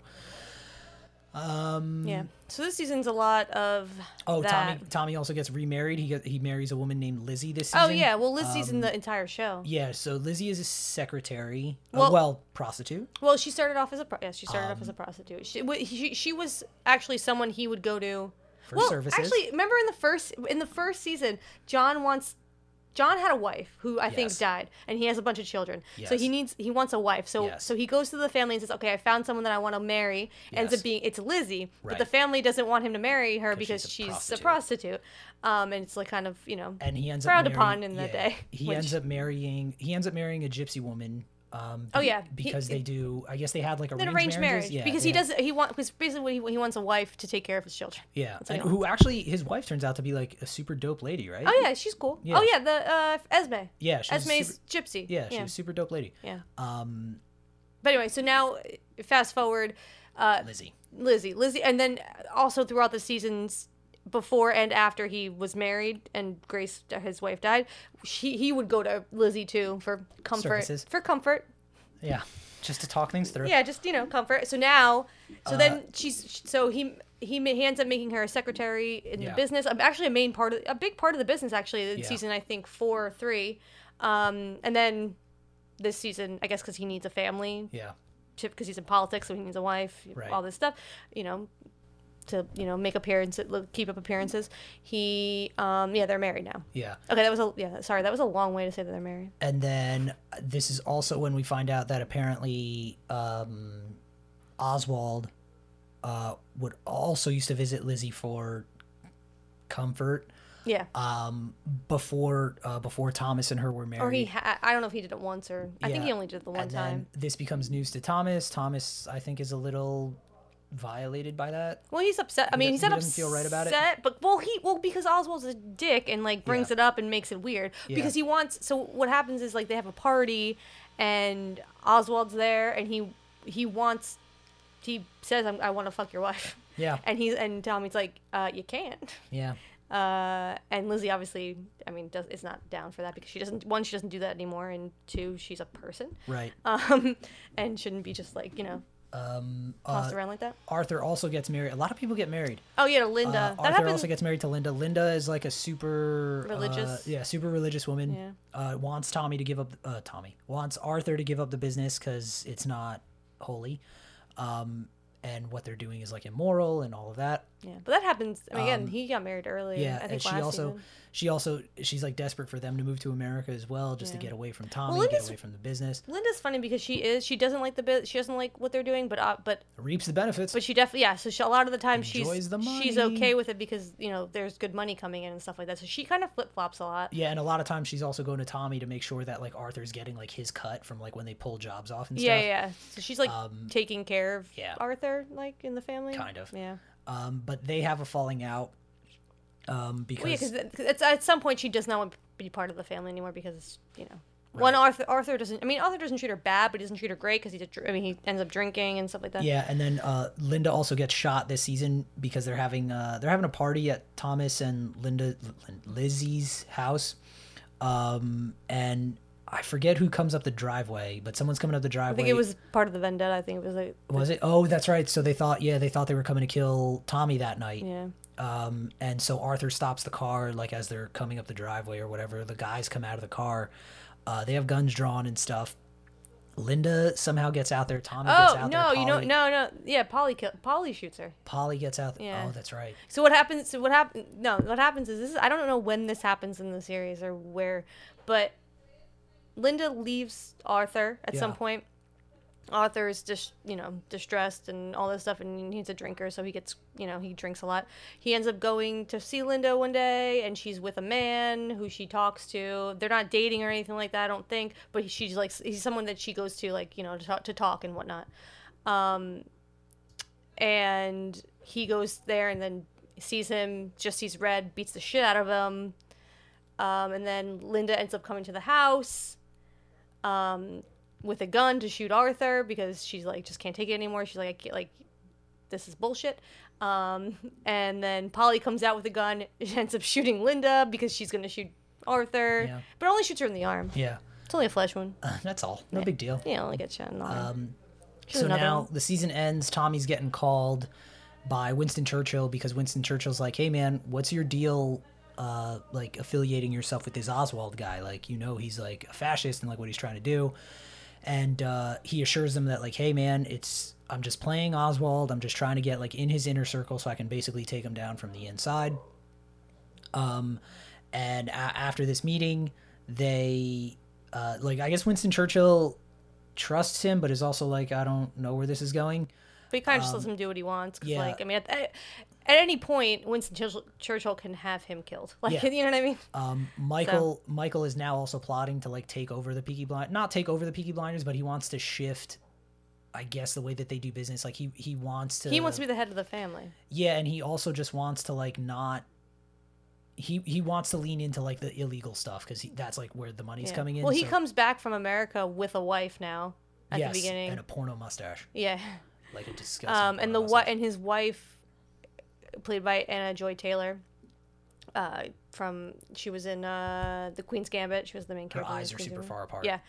Speaker 1: Um,
Speaker 2: Yeah. So this season's a lot of
Speaker 1: Oh,
Speaker 2: that.
Speaker 1: Tommy. Tommy also gets remarried. He gets, he marries a woman named Lizzie this season. Um,
Speaker 2: Oh yeah, well Lizzie's in the entire show.
Speaker 1: Yeah. So Lizzie is a secretary. uh,
Speaker 2: Well-
Speaker 1: well, prostitute.
Speaker 2: Well, she started off as a pro- yeah, she started off
Speaker 1: Um,
Speaker 2: as a prostitute. She, wa- she she was actually someone he would go to
Speaker 1: For
Speaker 2: well,
Speaker 1: services.
Speaker 2: Actually, remember in the first in the first season, John wants John had a wife who I
Speaker 1: Yes.
Speaker 2: think died, and he has a bunch of children. So
Speaker 1: Yes.
Speaker 2: he needs he wants a wife. So
Speaker 1: Yes.
Speaker 2: so he goes to the family and says, "Okay, I found someone that I want to marry." Ends
Speaker 1: Yes.
Speaker 2: up being it's Lizzie, but the
Speaker 1: Right.
Speaker 2: family doesn't want him to marry her because
Speaker 1: she's a
Speaker 2: she's,
Speaker 1: prostitute.
Speaker 2: a prostitute, um, and it's like kind of you know
Speaker 1: and he ends
Speaker 2: frowned
Speaker 1: up marrying,
Speaker 2: upon in that
Speaker 1: yeah,
Speaker 2: day,
Speaker 1: He
Speaker 2: which-
Speaker 1: ends up marrying. He ends up marrying a gypsy woman. Um,
Speaker 2: Oh,
Speaker 1: be-
Speaker 2: yeah, he-
Speaker 1: because they do. I guess they had like
Speaker 2: an
Speaker 1: arranged,
Speaker 2: arranged
Speaker 1: marriages.
Speaker 2: marriage
Speaker 1: Yeah,
Speaker 2: because
Speaker 1: yeah,
Speaker 2: he does he wants because basically he, he wants a wife to take care of his children.
Speaker 1: Yeah,
Speaker 2: what
Speaker 1: and
Speaker 2: he
Speaker 1: who actually his wife turns out to be like a super dope lady, right?
Speaker 2: Oh yeah, she's cool.
Speaker 1: Yeah.
Speaker 2: Oh yeah, the uh, Esme.
Speaker 1: yeah, she was a
Speaker 2: Esme's
Speaker 1: super,
Speaker 2: gypsy.
Speaker 1: yeah, she was a super dope lady.
Speaker 2: yeah.
Speaker 1: Um,
Speaker 2: But anyway, so now uh, fast forward, uh,
Speaker 1: Lizzie.
Speaker 2: Lizzie, Lizzie, and then also throughout the seasons before and after he was married and Grace, uh, his wife, died, she he would go to Lizzie too for comfort,
Speaker 1: Services.
Speaker 2: for comfort.
Speaker 1: Yeah, just to talk things through.
Speaker 2: Yeah, just you know, comfort. So now, so
Speaker 1: Uh,
Speaker 2: then she's so he he ma- he ends up making her a secretary in
Speaker 1: Yeah.
Speaker 2: the business. Um, Actually, a main part of a big part of the business actually in
Speaker 1: Yeah.
Speaker 2: season I think four or three, um, and then this season I guess because he needs a family
Speaker 1: yeah,
Speaker 2: because he's in politics, so he needs a wife,
Speaker 1: Right.
Speaker 2: all this stuff, you know, to you know make appearances, look- keep up appearances. He, um, yeah, they're married now.
Speaker 1: yeah.
Speaker 2: Okay, that was a yeah. Sorry, that was a long way to say that they're married.
Speaker 1: And then uh, this is also when we find out that apparently um, Oswald uh, would also used to visit Lizzie for comfort
Speaker 2: Yeah,
Speaker 1: um, before uh, before Thomas and her were married.
Speaker 2: or Oh, he. Ha- I don't know if he did it once or I think
Speaker 1: Um, Yeah.
Speaker 2: he only did it the one
Speaker 1: and then
Speaker 2: time.
Speaker 1: this becomes news to Thomas. Thomas, I think, is a little violated by that.
Speaker 2: Well, he's upset. I mean,
Speaker 1: does-
Speaker 2: he's not
Speaker 1: he
Speaker 2: upset,
Speaker 1: doesn't feel right about it?
Speaker 2: but well, he well because Oswald's a dick and like brings
Speaker 1: Yeah.
Speaker 2: it up and makes it weird
Speaker 1: Yeah.
Speaker 2: because he wants. So what happens is like they have a party, and Oswald's there, and he he wants. He says, I'm, "I want to fuck your wife."
Speaker 1: Yeah,
Speaker 2: and he's and Tommy's like, uh, you can't.
Speaker 1: yeah,
Speaker 2: Uh, and Lizzie obviously, I mean, does is not down for that because she doesn't. One, she doesn't do that anymore, and two, she's a person,
Speaker 1: right.
Speaker 2: um, and shouldn't be just like you know
Speaker 1: Um, uh,
Speaker 2: tossed around like that.
Speaker 1: Arthur also gets married. A lot of people get married.
Speaker 2: Oh yeah, to
Speaker 1: Uh,
Speaker 2: Linda.
Speaker 1: Arthur
Speaker 2: that happened.
Speaker 1: also gets married to Linda. Linda is like a super uh,
Speaker 2: Religious.
Speaker 1: yeah, super religious woman.
Speaker 2: Yeah.
Speaker 1: Uh, wants Tommy to give up. Uh, Tommy wants Arthur to give up the business because it's not holy, um, and what they're doing is like immoral and all of that.
Speaker 2: yeah, but that happens. I mean, again, he got married earlier.
Speaker 1: Um, Yeah,
Speaker 2: I
Speaker 1: and
Speaker 2: think
Speaker 1: she
Speaker 2: last
Speaker 1: also
Speaker 2: season.
Speaker 1: she also she's like desperate for them to move to America as well, just
Speaker 2: Yeah.
Speaker 1: to get away from Tommy, get
Speaker 2: Linda's-
Speaker 1: away from the business.
Speaker 2: Linda's funny because she is. She doesn't like the bit. She doesn't like what they're doing, but uh, but
Speaker 1: Reaps the benefits.
Speaker 2: But she definitely, yeah. So she, a lot of the time, she's
Speaker 1: Enjoys the
Speaker 2: she's
Speaker 1: money.
Speaker 2: okay with it because you know there's good money coming in and stuff like that. So she kind of flip flops a lot.
Speaker 1: yeah, and a lot of times she's also going to Tommy to make sure that like Arthur's getting like his cut from like when they pull jobs off and
Speaker 2: Yeah,
Speaker 1: stuff. Um,
Speaker 2: yeah, yeah. So she's like taking care of
Speaker 1: yeah.
Speaker 2: Arthur, like in the family.
Speaker 1: Kind of.
Speaker 2: Yeah.
Speaker 1: Um, but they have a falling out. Um, because
Speaker 2: Well, yeah, because at, at some point she does not want to be part of the family anymore because you know. One Arthur Arthur doesn't. I mean, Arthur doesn't treat her bad, but he doesn't treat her great because he. I mean, he ends up drinking and stuff like that.
Speaker 1: Yeah, and then uh, Linda also gets shot this season because they're having uh, they're having a party at Thomas and Linda Lin- Lizzie's house, um, and I forget who comes up the driveway, but someone's coming up the driveway.
Speaker 2: I think it was part of the vendetta. I think it was like.
Speaker 1: Was it? Oh, that's right. So they thought yeah they thought they were coming to kill Tommy that night,
Speaker 2: Yeah.
Speaker 1: um, and so Arthur stops the car like as they're coming up the driveway or whatever. The guys come out of the car, uh, they have guns drawn and stuff. Linda somehow gets out there. Tommy gets
Speaker 2: Oh
Speaker 1: out
Speaker 2: no!
Speaker 1: there.
Speaker 2: You know
Speaker 1: Polly-
Speaker 2: no no yeah. Polly kill, Polly shoots her.
Speaker 1: Polly gets out. Th-
Speaker 2: Yeah.
Speaker 1: Oh, that's right.
Speaker 2: So what happens? So what happens? No, what happens is this is I don't know when this happens in the series or where, but Linda leaves Arthur at some
Speaker 1: Yeah.
Speaker 2: point. Arthur is just you know distressed and all this stuff, and he's a drinker, so he gets you know he drinks a lot. He ends up going to see Linda one day, and she's with a man who she talks to. They're not dating or anything like that, I don't think. But she's like he's someone that she goes to like you know to talk, to talk and whatnot and he goes there and then sees him just sees red beats the shit out of him um, and then linda ends up coming to the house um, with a gun to shoot arthur because she's like just can't take it anymore she's like i can't like this is bullshit um, and then polly comes out with a gun ends up shooting linda because she's gonna shoot arthur
Speaker 1: Yeah.
Speaker 2: but only shoots her in the arm
Speaker 1: Yeah.
Speaker 2: it's only a flesh wound
Speaker 1: That's all. No big deal.
Speaker 2: yeah only gets shot in the arm
Speaker 1: Um,
Speaker 2: Here's
Speaker 1: so
Speaker 2: another
Speaker 1: now
Speaker 2: one.
Speaker 1: the season ends. Tommy's getting called by Winston Churchill because Winston Churchill's like, "Hey man, what's your deal uh like affiliating yourself with this Oswald guy? Like, you know he's like a fascist and like what he's trying to do." And uh he assures them that like, "Hey man, it's I'm just playing Oswald. I'm just trying to get like in his inner circle so I can basically take him down from the inside." Um and a- after this meeting, they uh like I guess Winston Churchill trusts him but is also like, "I don't know where this is going."
Speaker 2: But he kind of just lets him do what he wants. 'cause,
Speaker 1: Um, yeah.
Speaker 2: Like, I mean, at, at at any point, Winston Churchill, Churchill can have him killed. Like,
Speaker 1: Yeah.
Speaker 2: you know what I mean?
Speaker 1: Um, Michael Michael is now also plotting to like take over the Peaky Blind, not take over the Peaky Blinders, but he wants to shift, I guess, the way that they do business. Like he he wants to
Speaker 2: He wants to be the head of the family.
Speaker 1: yeah, and he also just wants to like not. He he wants to lean into like the illegal stuff because that's like where the money's
Speaker 2: Yeah.
Speaker 1: coming in.
Speaker 2: Well, he
Speaker 1: so-
Speaker 2: comes back from America with a wife now at
Speaker 1: yes,
Speaker 2: the beginning.
Speaker 1: and a porno mustache,
Speaker 2: yeah.
Speaker 1: like a disgusting.
Speaker 2: Um,
Speaker 1: porno
Speaker 2: and the
Speaker 1: mustache.
Speaker 2: what and his wife, played by Anna Joy Taylor, uh, from she was in uh, the Queen's Gambit. She was the main
Speaker 1: Her
Speaker 2: character. in
Speaker 1: eyes are
Speaker 2: Queen's
Speaker 1: super
Speaker 2: Gambit.
Speaker 1: far apart.
Speaker 2: Yeah.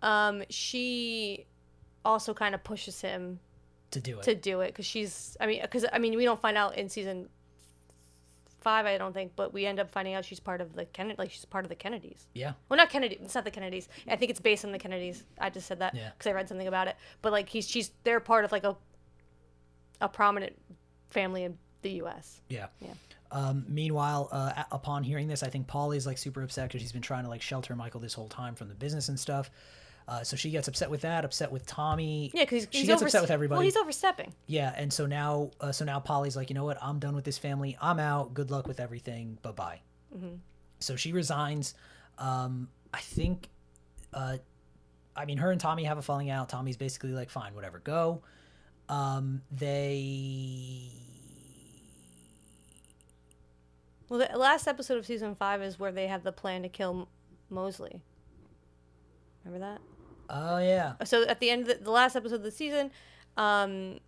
Speaker 2: Um, she also kind of pushes him
Speaker 1: to do it.
Speaker 2: to do it because she's i mean because i mean we don't find out in season five i don't think but we end up finding out she's part of the kennedy like she's part of the kennedys
Speaker 1: yeah,
Speaker 2: well not kennedy it's not the kennedys i think it's based on the kennedys i just said that
Speaker 1: Yeah.
Speaker 2: because i read something about it but like he's she's they're part of like a a prominent family in the us
Speaker 1: Yeah.
Speaker 2: Yeah.
Speaker 1: Um, meanwhile, uh, a- upon hearing this, I think Polly's like super upset because she's been trying to like shelter Michael this whole time from the business and stuff. Uh, so she gets upset with that, upset with Tommy.
Speaker 2: yeah because he's,
Speaker 1: she
Speaker 2: he's
Speaker 1: gets
Speaker 2: overste-
Speaker 1: upset with everybody.
Speaker 2: well he's overstepping
Speaker 1: yeah, and so now, uh, so now Polly's like, you know what? I'm done with this family. I'm out. Good luck with everything. Bye bye.
Speaker 2: Mm-hmm.
Speaker 1: So she resigns. Um, I think, uh, I mean, her and Tommy have a falling out. Tommy's basically like, fine, whatever, go. Um, they
Speaker 2: well the last episode of season five is where they have the plan to kill M- mosley remember that
Speaker 1: Oh yeah.
Speaker 2: so at the end of the, the last episode of the season um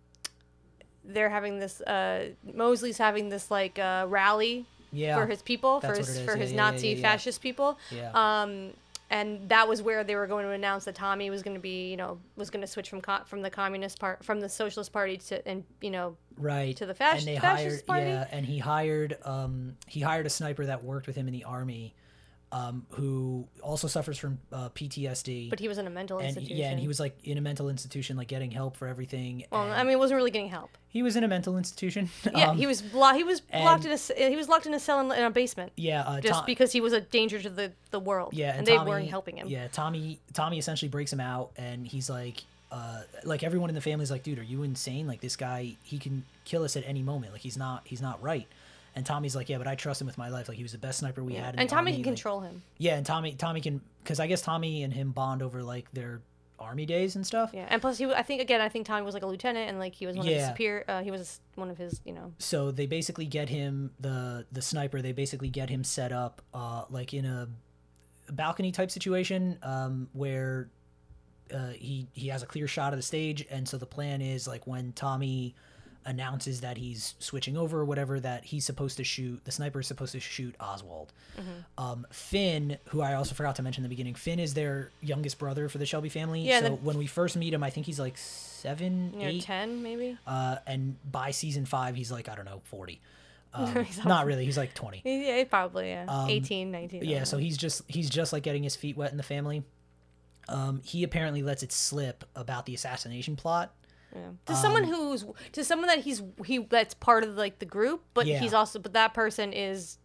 Speaker 2: they're having this uh mosley's having this like uh rally
Speaker 1: Yeah.
Speaker 2: for his people for
Speaker 1: That's
Speaker 2: his
Speaker 1: what it is.
Speaker 2: for
Speaker 1: Yeah,
Speaker 2: his
Speaker 1: yeah, yeah,
Speaker 2: nazi
Speaker 1: yeah, yeah.
Speaker 2: fascist people
Speaker 1: Yeah.
Speaker 2: um and that was where they were going to announce that tommy was going to be you know was going to switch from co- from the communist part from the socialist party to and you know
Speaker 1: right
Speaker 2: to the fasc-
Speaker 1: and they hired
Speaker 2: fascist party?
Speaker 1: yeah and he hired um he hired a sniper that worked with him in the army um who also suffers from uh, ptsd
Speaker 2: but he was in a mental
Speaker 1: and
Speaker 2: institution
Speaker 1: he, yeah and he was like in a mental institution like getting help for everything
Speaker 2: well,
Speaker 1: and
Speaker 2: I mean, he wasn't really getting help.
Speaker 1: he was in a mental institution
Speaker 2: Yeah,
Speaker 1: Um,
Speaker 2: he was blo- he was locked
Speaker 1: and-
Speaker 2: in a s- he was locked in a cell in, in a basement
Speaker 1: yeah uh,
Speaker 2: just
Speaker 1: Tom-
Speaker 2: because he was a danger to the, the world.
Speaker 1: yeah
Speaker 2: and,
Speaker 1: and,
Speaker 2: they
Speaker 1: Tommy-
Speaker 2: weren't helping him.
Speaker 1: yeah tommy tommy essentially breaks him out and he's like uh, like everyone in the family's like dude are you insane like this guy he can kill us at any moment like he's not he's not right and tommy's like yeah but i trust him with my life like he was the best sniper we had in
Speaker 2: and
Speaker 1: the army.
Speaker 2: Tommy can
Speaker 1: like-
Speaker 2: control him.
Speaker 1: Yeah, and Tommy Tommy can because I guess Tommy and him bond over like their army days and stuff.
Speaker 2: Yeah, and plus he, I think again, I think Tommy was like a lieutenant, and like he was one of his
Speaker 1: Yeah.
Speaker 2: superior. Uh, he was one of his, you know.
Speaker 1: So they basically get him the the sniper. They basically get him set up uh, like in a balcony type situation um, where uh, he he has a clear shot of the stage, and so the plan is like when Tommy announces that he's switching over or whatever that he's supposed to shoot the sniper is supposed to shoot Oswald.
Speaker 2: Mm-hmm.
Speaker 1: Um, Finn, who I also forgot to mention in the beginning, Finn is their youngest brother for the Shelby family.
Speaker 2: Yeah,
Speaker 1: so
Speaker 2: the-
Speaker 1: when we first meet him, I think he's like seven,
Speaker 2: You know,
Speaker 1: eight,
Speaker 2: ten maybe.
Speaker 1: uh, and by season five, he's like I don't know, forty. Um,
Speaker 2: He's
Speaker 1: not really. He's like twenty.
Speaker 2: Yeah, he probably yeah. Eighteen, nineteen. 18, 19. I don't
Speaker 1: Um, Yeah.
Speaker 2: know.
Speaker 1: So he's just he's just like getting his feet wet in the family. Um, he apparently lets it slip about the assassination plot.
Speaker 2: Yeah. to someone
Speaker 1: um,
Speaker 2: who's to someone that he's he that's part of like the group, but
Speaker 1: Yeah.
Speaker 2: he's also but that person is,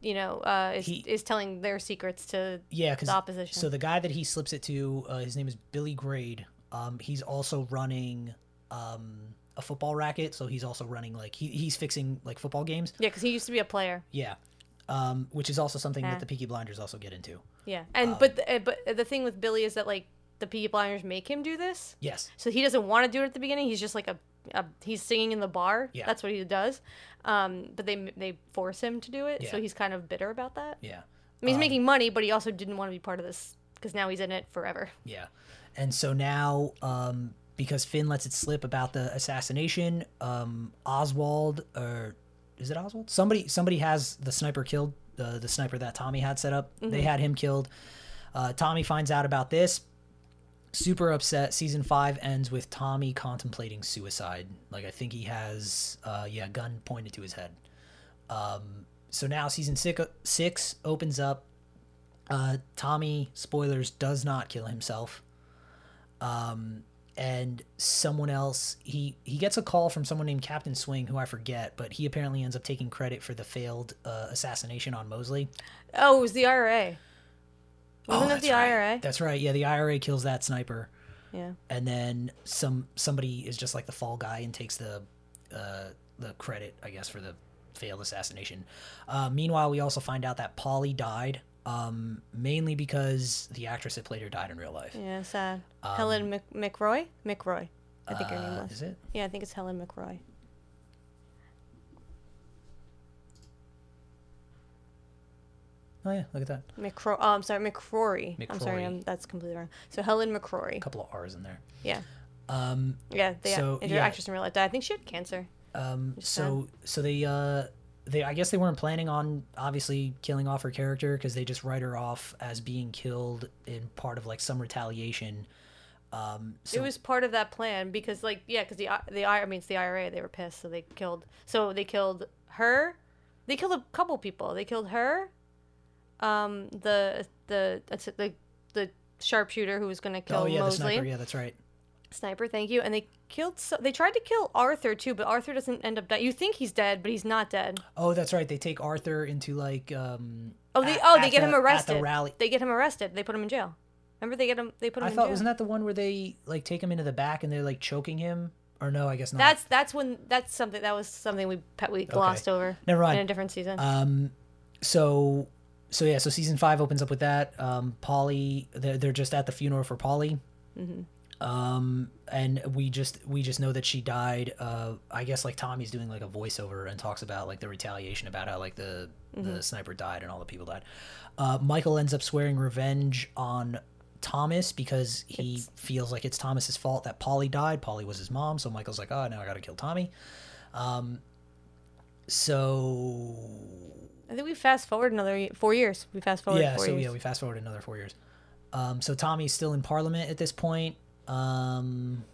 Speaker 2: you know, uh, is
Speaker 1: He-
Speaker 2: is telling their secrets to
Speaker 1: Yeah, because
Speaker 2: the opposition.
Speaker 1: so the guy that he slips it to, uh, his name is Billy Grade. Um, he's also running um, a football racket, so he's also running like he, he's fixing like football games.
Speaker 2: yeah, because he used to be a player.
Speaker 1: Yeah, um, which is also something
Speaker 2: Ah.
Speaker 1: that the Peaky Blinders also get into.
Speaker 2: Yeah, and but the, uh, but the thing with Billy is that like the Peaky Blinders make him do this.
Speaker 1: Yes,
Speaker 2: So he doesn't want to do it at the beginning. He's just like a, a he's singing in the bar.
Speaker 1: Yeah.
Speaker 2: That's what he does. Um, but they they force him to do it, so
Speaker 1: Yeah. Um,
Speaker 2: he's kind of bitter about that.
Speaker 1: yeah.
Speaker 2: I mean, he's making money, but he also didn't want to be part of this because now he's in it forever.
Speaker 1: Yeah. And so now, um, because Finn lets it slip about the assassination, um, Oswald or is it Oswald? Somebody somebody has the sniper killed. The the sniper that Tommy had set up. They had him killed. Uh, Tommy finds out about this. super upset. Season five ends with Tommy contemplating suicide. Like I think he has, uh, yeah, gun pointed to his head. Um, so now season six six opens up. Uh, Tommy spoilers does not kill himself. Um, and someone else he he gets a call from someone named Captain Swing who I forget, but he apparently ends up taking credit for the failed uh, assassination on Mosley.
Speaker 2: Oh, it was the IRA. Wasn't it
Speaker 1: Oh, that's
Speaker 2: the
Speaker 1: right.
Speaker 2: IRA?
Speaker 1: That's right. Yeah, the IRA kills that sniper.
Speaker 2: Yeah.
Speaker 1: and then some somebody is just like the fall guy and takes the uh, the credit, I guess, for the failed assassination. Uh, meanwhile, we also find out that Polly died, um, mainly because the actress that played her died in real life.
Speaker 2: Yeah, sad. Helen Mc- McRoy? McRoy. I think her name
Speaker 1: Um, Uh,
Speaker 2: was.
Speaker 1: is it?
Speaker 2: Yeah, I think it's Helen McRoy.
Speaker 1: Oh yeah, look at that.
Speaker 2: McCro- oh, I'm sorry, McCrory. I'm sorry,
Speaker 1: McCrory.
Speaker 2: I'm, that's completely wrong. So Helen McCrory.
Speaker 1: A couple of R's in there.
Speaker 2: Yeah.
Speaker 1: Um,
Speaker 2: Yeah, the,
Speaker 1: So,
Speaker 2: the
Speaker 1: yeah.
Speaker 2: actress in real life died. I think she had cancer.
Speaker 1: um, so so they uh, they I guess they weren't planning on obviously killing off her character because they just write her off as being killed in part of like some retaliation. Um, so
Speaker 2: it was part of that plan because, like, yeah, because the I- the I I mean, it's the IRA. They were pissed, so they killed. So they killed her. They killed a couple people. They killed her. Um, the the that's it, the the sharpshooter who was gonna kill
Speaker 1: oh yeah, the
Speaker 2: Mosley.
Speaker 1: sniper. Yeah, that's right.
Speaker 2: Sniper, thank you. And they killed. So- they tried to kill Arthur too, but Arthur doesn't end up dying. You think he's dead, but he's not dead.
Speaker 1: Oh, that's right. They take Arthur into like um
Speaker 2: Oh, they
Speaker 1: at-
Speaker 2: oh they
Speaker 1: at
Speaker 2: get
Speaker 1: the-
Speaker 2: him
Speaker 1: at the
Speaker 2: arrested.
Speaker 1: rally.
Speaker 2: They get him arrested. They put him in jail. Remember they get him. They put him
Speaker 1: I
Speaker 2: in
Speaker 1: thought
Speaker 2: jail.
Speaker 1: wasn't that the one where they like take him into the back and they're like choking him? Or no, I guess not.
Speaker 2: that's that's when that's something that was something we pe- we glossed over
Speaker 1: Never mind.
Speaker 2: in a different season.
Speaker 1: um so so yeah, so season 5 opens up with that. Um Polly they're, they're just at the funeral for Polly. Um and we just we just know that she died uh I guess like Tommy's doing like a voiceover and talks about like the retaliation about how like the the sniper died and all the people died. Uh Michael ends up swearing revenge on Thomas because he feels like it's Thomas's fault that Polly died. Polly was his mom, so Michael's like, "Oh, now I got to kill Tommy." Um so
Speaker 2: I think we fast forward another ye- four years. We fast forward
Speaker 1: yeah,
Speaker 2: four
Speaker 1: so
Speaker 2: years.
Speaker 1: yeah, we fast forward another four years. Um, so Tommy's still in Parliament at this point. Um,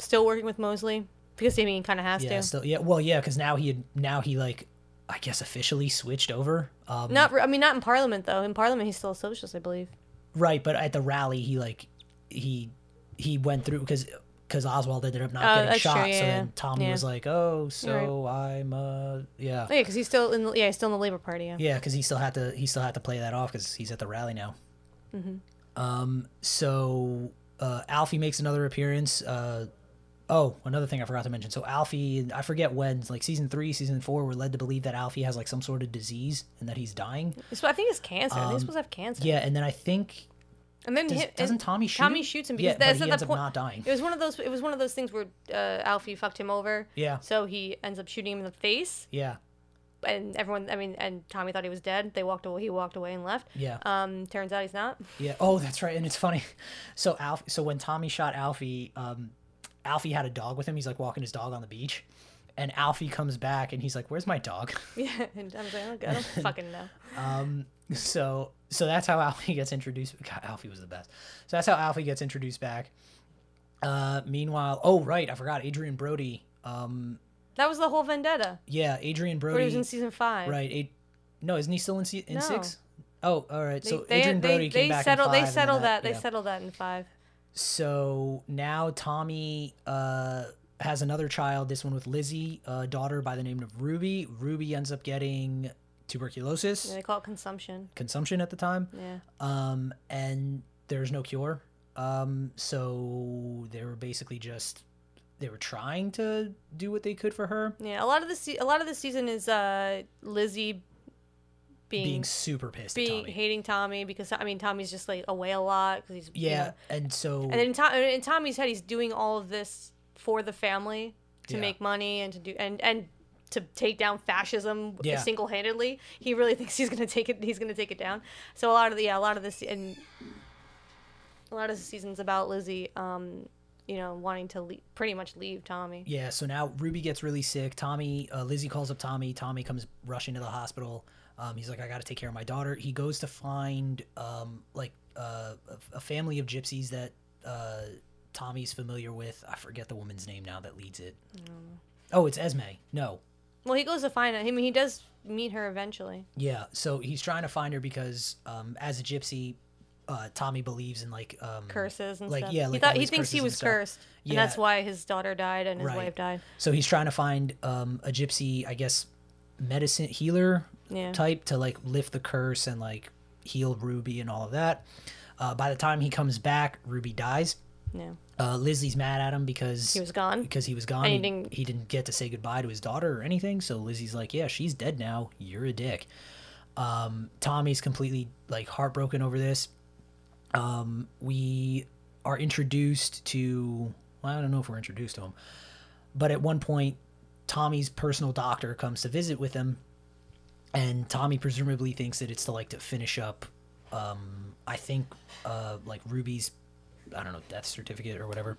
Speaker 2: Still working with Mosley because I mean, kind of has
Speaker 1: yeah,
Speaker 2: to.
Speaker 1: still, yeah, well, yeah, because now he had, now he like, I guess officially switched over. Um,
Speaker 2: not re- I mean not in Parliament though. In Parliament he's still a socialist, I believe.
Speaker 1: right, but at the rally he like, he he went through because because Oswald ended up not
Speaker 2: Oh,
Speaker 1: getting
Speaker 2: that's true,
Speaker 1: shot.
Speaker 2: yeah,
Speaker 1: so then
Speaker 2: yeah.
Speaker 1: Tommy
Speaker 2: Yeah.
Speaker 1: was like, oh, so I'm uh yeah.
Speaker 2: Oh, yeah, because he's still in. The, yeah, he's still in the Labour Party. Yeah.
Speaker 1: Yeah, because he still had to he still had to play that off because he's at the rally now.
Speaker 2: Mm-hmm.
Speaker 1: Um, so uh, Alfie makes another appearance. Uh, oh, another thing I forgot to mention. So Alfie, I forget when, like season three, season four, we're led to believe that Alfie has like some sort of disease and that he's dying.
Speaker 2: So I think it's cancer. I think he's supposed to have cancer.
Speaker 1: Um, Yeah, and then I think
Speaker 2: And then
Speaker 1: does,
Speaker 2: hit-
Speaker 1: doesn't
Speaker 2: and
Speaker 1: Tommy shoot?
Speaker 2: Tommy
Speaker 1: him?
Speaker 2: shoots him
Speaker 1: Yeah,
Speaker 2: because
Speaker 1: but
Speaker 2: that's
Speaker 1: he
Speaker 2: at
Speaker 1: ends
Speaker 2: the
Speaker 1: up
Speaker 2: point.
Speaker 1: not dying.
Speaker 2: It was one of those. It was one of those things where uh, Alfie fucked him over.
Speaker 1: Yeah.
Speaker 2: So he ends up shooting him in the face,
Speaker 1: Yeah,
Speaker 2: and everyone. I mean, and Tommy thought he was dead. They walked away. He walked away and left.
Speaker 1: yeah.
Speaker 2: Um, turns out he's not.
Speaker 1: Yeah. Oh, that's right. And it's funny. So Alf. So when Tommy shot Alfie, um, Alfie had a dog with him. He's like walking his dog on the beach, and Alfie comes back and he's like, "Where's my dog?"
Speaker 2: Yeah. And I was like, "Oh, I don't fucking know.
Speaker 1: Um. So so that's how Alfie gets introduced. God, Alfie was the best. So that's how Alfie gets introduced back. Uh. Meanwhile, oh right, I forgot Adrian Brody. Um.
Speaker 2: That was the whole vendetta.
Speaker 1: Yeah, Adrian
Speaker 2: Where he was
Speaker 1: Brody.
Speaker 2: in season five.
Speaker 1: right. Ad- no, isn't he still in, se- in
Speaker 2: No.
Speaker 1: six? Oh, all right.
Speaker 2: They,
Speaker 1: so
Speaker 2: they,
Speaker 1: Adrian Brody
Speaker 2: they,
Speaker 1: came
Speaker 2: they
Speaker 1: back. in
Speaker 2: settle.
Speaker 1: five, and
Speaker 2: They
Speaker 1: then
Speaker 2: settle that. They
Speaker 1: yeah.
Speaker 2: settle that in five.
Speaker 1: So now Tommy uh, has another child, this one with Lizzie, a daughter by the name of Ruby. Ruby ends up getting tuberculosis,
Speaker 2: And they call it consumption.
Speaker 1: consumption at the time,
Speaker 2: Yeah.
Speaker 1: um, and there's no cure. Um, so they were basically just they were trying to do what they could for her,
Speaker 2: Yeah. A lot of the se- a lot of the season is uh Lizzie
Speaker 1: being,
Speaker 2: being
Speaker 1: super pissed at
Speaker 2: being
Speaker 1: Tommy.
Speaker 2: hating Tommy because I mean Tommy's just like away a lot because he's you
Speaker 1: yeah,
Speaker 2: know.
Speaker 1: and so
Speaker 2: and then Tom, in Tommy's head he's doing all of this for the family to
Speaker 1: Yeah.
Speaker 2: make money and to do and and to take down fascism
Speaker 1: Yeah.
Speaker 2: single handedly. He really thinks he's gonna take it. He's gonna take it down. So a lot of the yeah a lot of this and a lot of the seasons about Lizzie um you know wanting to le- pretty much leave Tommy.
Speaker 1: Yeah, so now Ruby gets really sick. Tommy, uh, Lizzie calls up Tommy. Tommy comes rushing to the hospital. Um, he's like, I got to take care of my daughter. He goes to find um, like uh, a- a family of gypsies that uh, Tommy's familiar with. I forget the woman's name now that leads it. Oh, it's Esme. No,
Speaker 2: Well, he goes to find her. I mean, he does meet her eventually.
Speaker 1: yeah. So he's trying to find her because, um, as a gypsy, uh, Tommy believes in like um,
Speaker 2: Curses and
Speaker 1: like,
Speaker 2: stuff.
Speaker 1: yeah,
Speaker 2: he
Speaker 1: like all
Speaker 2: thought he
Speaker 1: these
Speaker 2: thinks he
Speaker 1: curses and
Speaker 2: was
Speaker 1: stuff.
Speaker 2: cursed, and
Speaker 1: Yeah.
Speaker 2: that's why his daughter died and his
Speaker 1: Right.
Speaker 2: wife died.
Speaker 1: So he's trying to find um, a gypsy, I guess, medicine healer
Speaker 2: Yeah.
Speaker 1: type to like lift the curse and like heal Ruby and all of that. Uh, by the time he comes back, Ruby dies.
Speaker 2: Yeah,
Speaker 1: Uh, Lizzie's mad at him because
Speaker 2: he was gone.
Speaker 1: because he was gone.
Speaker 2: And he
Speaker 1: He didn't,
Speaker 2: didn't-
Speaker 1: he didn't get to say goodbye to his daughter or anything. So Lizzie's like, "Yeah, she's dead now. You're a dick." Um, Tommy's completely like heartbroken over this. Um, we are introduced to. Well, I don't know if we're introduced to him, but at one point, Tommy's personal doctor comes to visit with him, and Tommy presumably thinks that it's to like to finish up. Um, I think uh, like Ruby's, I don't know, death certificate or whatever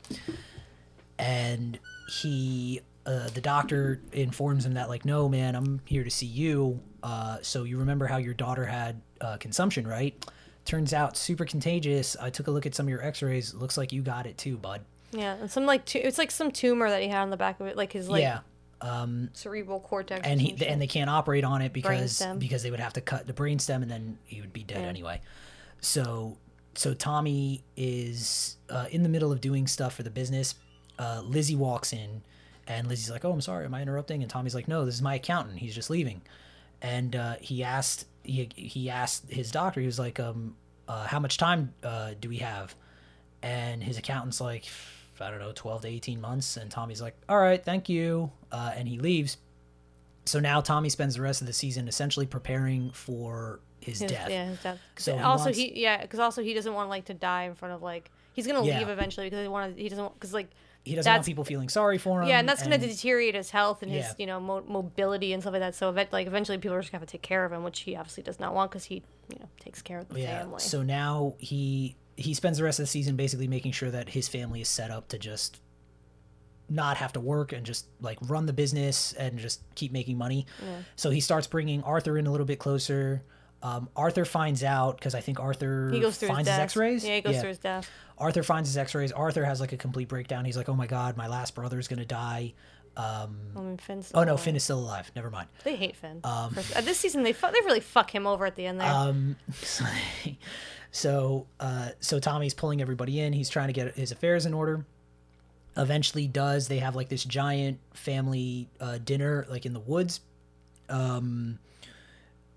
Speaker 1: and he uh, the doctor informs him that like no man i'm here to see you uh, so you remember how your daughter had uh, consumption right turns out super contagious i took a look at some of your x-rays looks like you got it too bud
Speaker 2: Yeah, and some like tu- it's like some tumor that he had on the back of it, like his like
Speaker 1: yeah
Speaker 2: cerebral cortex. or
Speaker 1: and he
Speaker 2: some shit.
Speaker 1: and they can't operate on it because
Speaker 2: Brainstem.
Speaker 1: because they would have to cut the brainstem and then he would be dead anyway. So so Tommy is uh, in the middle of doing stuff for the business. Uh, Lizzie walks in, and Lizzie's like, "Oh, I'm sorry, am I interrupting?" And Tommy's like, "No, this is my accountant. He's just leaving." And uh, he asked he he asked his doctor. He was like, um, uh, "How much time uh, do we have?" and his accountant's like i don't know 12 to 18 months and tommy's like all right thank you uh, and he leaves so now tommy spends the rest of the season essentially preparing for his,
Speaker 2: His-
Speaker 1: death
Speaker 2: Yeah, his death. 'Cause
Speaker 1: So he
Speaker 2: also
Speaker 1: wants-
Speaker 2: he yeah, because also he doesn't want like to die in front of like he's gonna
Speaker 1: Yeah.
Speaker 2: leave eventually because he want he doesn't because like
Speaker 1: he doesn't want
Speaker 2: That's-
Speaker 1: people feeling sorry for him
Speaker 2: yeah, and that's gonna deteriorate his health and
Speaker 1: Um, Yeah.
Speaker 2: his you know mo- mobility and stuff like that. So event- like eventually people are just gonna have to take care of him, which he obviously does not want because he you know takes care of the
Speaker 1: yeah
Speaker 2: family.
Speaker 1: so now he he spends the rest of the season basically making sure that his family is set up to just not have to work and just like run the business and just keep making money. So he starts bringing Arthur in a little bit closer. Um, Arthur finds out because I think Arthur
Speaker 2: he goes through
Speaker 1: finds
Speaker 2: his,
Speaker 1: his
Speaker 2: death.
Speaker 1: X-rays.
Speaker 2: Yeah, he goes through his death.
Speaker 1: Arthur finds his X-rays. Arthur has like a complete breakdown. He's like, "Oh my god, my last brother is gonna die."
Speaker 2: I mean, Finn's
Speaker 1: Oh no,
Speaker 2: alive.
Speaker 1: Finn is still alive. Never mind.
Speaker 2: They hate Finn. First- uh, this season they fu- they really fuck him over at the end there.
Speaker 1: Um, so, so, uh, so Tommy's pulling everybody in. He's trying to get his affairs in order. Eventually, does they have like this giant family uh, dinner like in the woods? Um,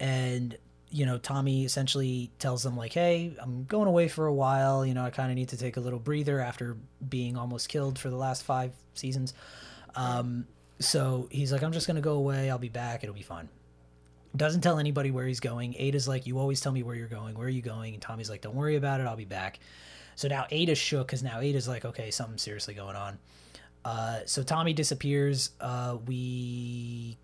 Speaker 1: and you know tommy essentially tells them like hey i'm going away for a while you know i kind of need to take a little breather after being almost killed for the last five seasons um, so he's like i'm just going to go away i'll be back it'll be fine doesn't tell anybody where he's going ada's like you always tell me where you're going where are you going and tommy's like don't worry about it i'll be back so now ada's shook because now ada's like okay something's seriously going on uh, so tommy disappears uh, we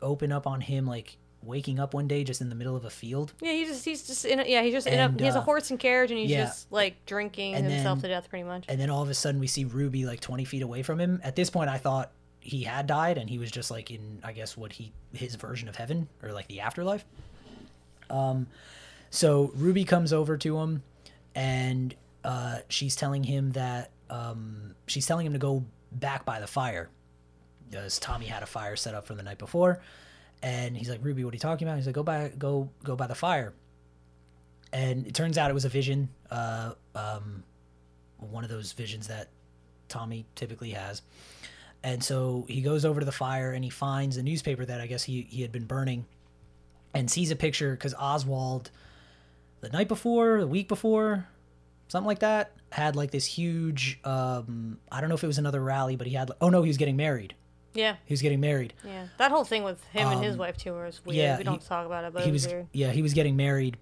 Speaker 1: open up on him like waking up one day just in the middle of a field
Speaker 2: yeah, he just he's just in a, yeah he's just in a,
Speaker 1: And,
Speaker 2: he has a
Speaker 1: uh,
Speaker 2: horse and carriage and he's
Speaker 1: yeah.
Speaker 2: just like drinking
Speaker 1: And
Speaker 2: himself
Speaker 1: then-
Speaker 2: to death pretty much.
Speaker 1: and then all of a sudden we see ruby like 20 feet away from him at this point i thought he had died and he was just like in i guess what he his version of heaven or like the afterlife um so ruby comes over to him and uh she's telling him that um she's telling him to go back by the fire because Tommy had a fire set up from the night before, and he's like, "Ruby, what are you talking about?" He's like, "Go by, go, go by the fire." And it turns out it was a vision, uh, um, one of those visions that Tommy typically has. And so he goes over to the fire and he finds a newspaper that I guess he he had been burning, and sees a picture because Oswald, the night before, the week before, something like that, had like this huge. Um, I don't know if it was another rally, but he had. Oh no, he was getting married.
Speaker 2: yeah,
Speaker 1: He was getting married.
Speaker 2: yeah, that whole thing with him and his wife too was weird.
Speaker 1: Um, yeah,
Speaker 2: we don't
Speaker 1: he-
Speaker 2: talk about it, but
Speaker 1: he
Speaker 2: it was,
Speaker 1: was
Speaker 2: weird.
Speaker 1: yeah, he was getting married,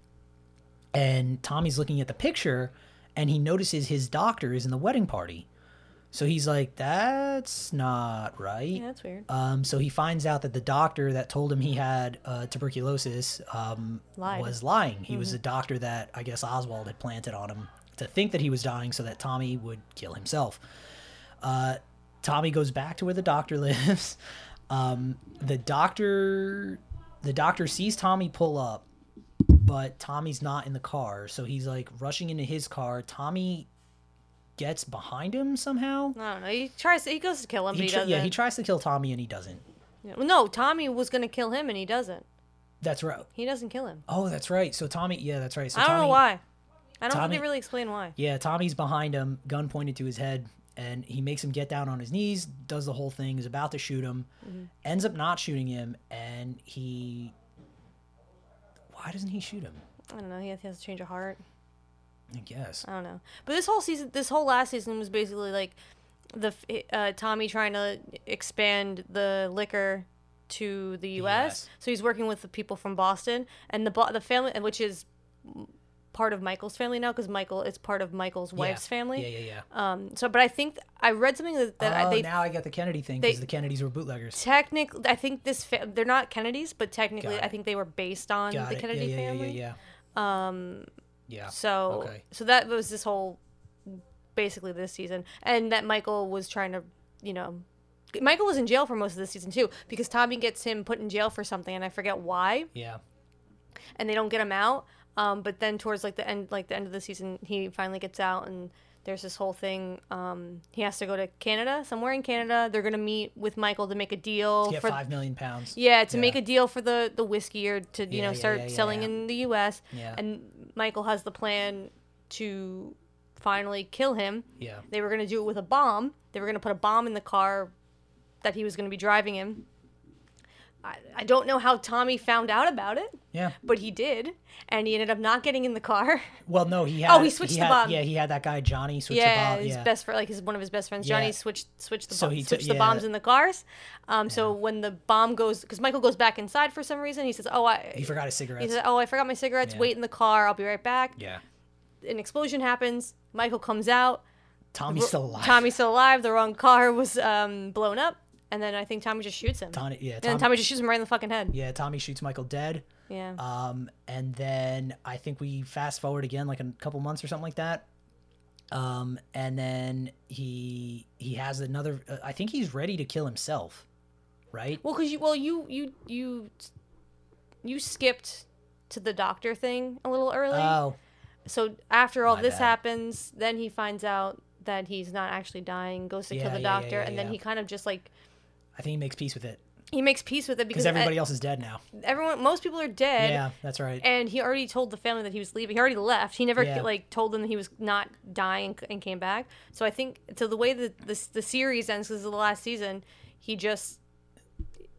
Speaker 1: and Tommy's looking at the picture, and he notices his doctor is in the wedding party, so he's like, "That's not right."
Speaker 2: Yeah, that's weird.
Speaker 1: Um, so he finds out that the doctor that told him he had uh, tuberculosis um,
Speaker 2: Lied. Mm-hmm.
Speaker 1: was lying. He was a doctor that I guess Oswald had planted on him to think that he was dying so that Tommy would kill himself. Uh, Tommy goes back to where the doctor lives. Um, the doctor, the doctor sees Tommy pull up, but Tommy's not in the car, so he's like rushing into his car. Tommy gets behind him somehow.
Speaker 2: I don't know. He tries. He goes to kill him, but
Speaker 1: He
Speaker 2: he,
Speaker 1: tr-
Speaker 2: doesn't.
Speaker 1: yeah, he tries to kill Tommy and he doesn't.
Speaker 2: Yeah. Well, no, Tommy was gonna kill him, and he doesn't.
Speaker 1: That's right.
Speaker 2: He doesn't kill him.
Speaker 1: Oh, that's right. So Tommy, yeah, that's right. So
Speaker 2: I don't
Speaker 1: Tommy,
Speaker 2: know why. I don't
Speaker 1: Tommy-
Speaker 2: think they really explain why.
Speaker 1: Yeah, Tommy's behind him, gun pointed to his head, and he makes him get down on his knees, does the whole thing, is about to shoot him,
Speaker 2: Mm-hmm.
Speaker 1: ends up not shooting him, and he. Why doesn't he shoot him?
Speaker 2: I don't know. He has, he has to change of heart.
Speaker 1: I guess.
Speaker 2: I don't know. But this whole season, this whole last season was basically like the f- uh, Tommy trying to expand the liquor to the U.S.
Speaker 1: US.
Speaker 2: So he's working with the people from Boston and the Bo- the family, which is part of Michael's family now because Michael it's part of Michael's wife's
Speaker 1: Yeah.
Speaker 2: family.
Speaker 1: Yeah, yeah, yeah.
Speaker 2: Um. So, but I think I read something that, that I,
Speaker 1: oh,
Speaker 2: they
Speaker 1: now I got the Kennedy thing
Speaker 2: they-
Speaker 1: because the Kennedys were bootleggers.
Speaker 2: technically i think this fa- they're not kennedys but technically
Speaker 1: Got
Speaker 2: i
Speaker 1: it.
Speaker 2: think they were based on
Speaker 1: Got
Speaker 2: the
Speaker 1: it.
Speaker 2: kennedy
Speaker 1: yeah, yeah,
Speaker 2: family Um,
Speaker 1: yeah, yeah, yeah. Yeah.
Speaker 2: so
Speaker 1: Okay.
Speaker 2: so that was this whole basically this season and that michael was trying to you know michael was in jail for most of this season too because tommy gets him put in jail for something and i forget why
Speaker 1: Yeah.
Speaker 2: and they don't get him out um, but then towards like the end like the end of the season he finally gets out and there's this whole thing um, he has to go to canada somewhere in canada they're going to meet with michael to make a deal
Speaker 1: Get
Speaker 2: for
Speaker 1: five million pounds.
Speaker 2: yeah, to
Speaker 1: Yeah.
Speaker 2: make a deal for the the whiskey or to you
Speaker 1: Yeah,
Speaker 2: know
Speaker 1: yeah,
Speaker 2: start
Speaker 1: yeah, yeah,
Speaker 2: selling
Speaker 1: yeah.
Speaker 2: in the U.S.
Speaker 1: Yeah.
Speaker 2: And Michael has the plan to finally kill him.
Speaker 1: Yeah.
Speaker 2: They were gonna do it with a bomb. They were gonna put a bomb in the car that he was gonna be driving in. I, I don't know how Tommy found out about it,
Speaker 1: Yeah.
Speaker 2: but he did, and he ended up not getting in the car.
Speaker 1: Well, no, he had.
Speaker 2: Oh, he switched the
Speaker 1: had,
Speaker 2: bomb.
Speaker 1: Yeah, he had that guy Johnny switch
Speaker 2: yeah,
Speaker 1: the bomb.
Speaker 2: his
Speaker 1: Yeah.
Speaker 2: best friend, like his one of his best friends,
Speaker 1: Yeah.
Speaker 2: Johnny, switched switched the
Speaker 1: So
Speaker 2: bom-
Speaker 1: he took-
Speaker 2: switched the
Speaker 1: yeah.
Speaker 2: bombs in the cars. Um, so when the bomb goes, because Michael goes back inside for some reason, he says, "Oh, I
Speaker 1: He forgot his
Speaker 2: He
Speaker 1: cigarettes.
Speaker 2: says, "Oh, I forgot my cigarettes.
Speaker 1: Yeah.
Speaker 2: Wait in the car. I'll be right back."
Speaker 1: yeah.
Speaker 2: An explosion happens. Michael comes out.
Speaker 1: Tommy's still alive.
Speaker 2: Tommy's still alive. The wrong car was um, blown up, and then I think Tommy just shoots him.
Speaker 1: Tommy, yeah.
Speaker 2: and then
Speaker 1: Tommy,
Speaker 2: Tommy just shoots him right in the fucking head.
Speaker 1: yeah. Tommy shoots Michael dead.
Speaker 2: Yeah.
Speaker 1: Um, and then I think we fast forward again, like a couple months or something like that. Um, and then he he has another. Uh, I think he's ready to kill himself, right?
Speaker 2: Well, cause you, well, you, you, you, you skipped to the doctor thing a little early.
Speaker 1: Oh,
Speaker 2: so after all
Speaker 1: My
Speaker 2: this
Speaker 1: bad.
Speaker 2: happens, then he finds out that he's not actually dying. Goes to
Speaker 1: Yeah,
Speaker 2: kill the
Speaker 1: yeah, yeah,
Speaker 2: doctor,
Speaker 1: yeah,
Speaker 2: and
Speaker 1: yeah.
Speaker 2: then he kind of just like
Speaker 1: I think he makes peace with it
Speaker 2: he makes peace with it
Speaker 1: because
Speaker 2: because uh,
Speaker 1: everybody else is dead now.
Speaker 2: everyone, most people are dead.
Speaker 1: Yeah, that's right.
Speaker 2: and he already told the family that he was leaving. He already left. He never
Speaker 1: Yeah.
Speaker 2: like told them that he was not dying c- and came back. So I think so. The way that this the series ends because the last season, he just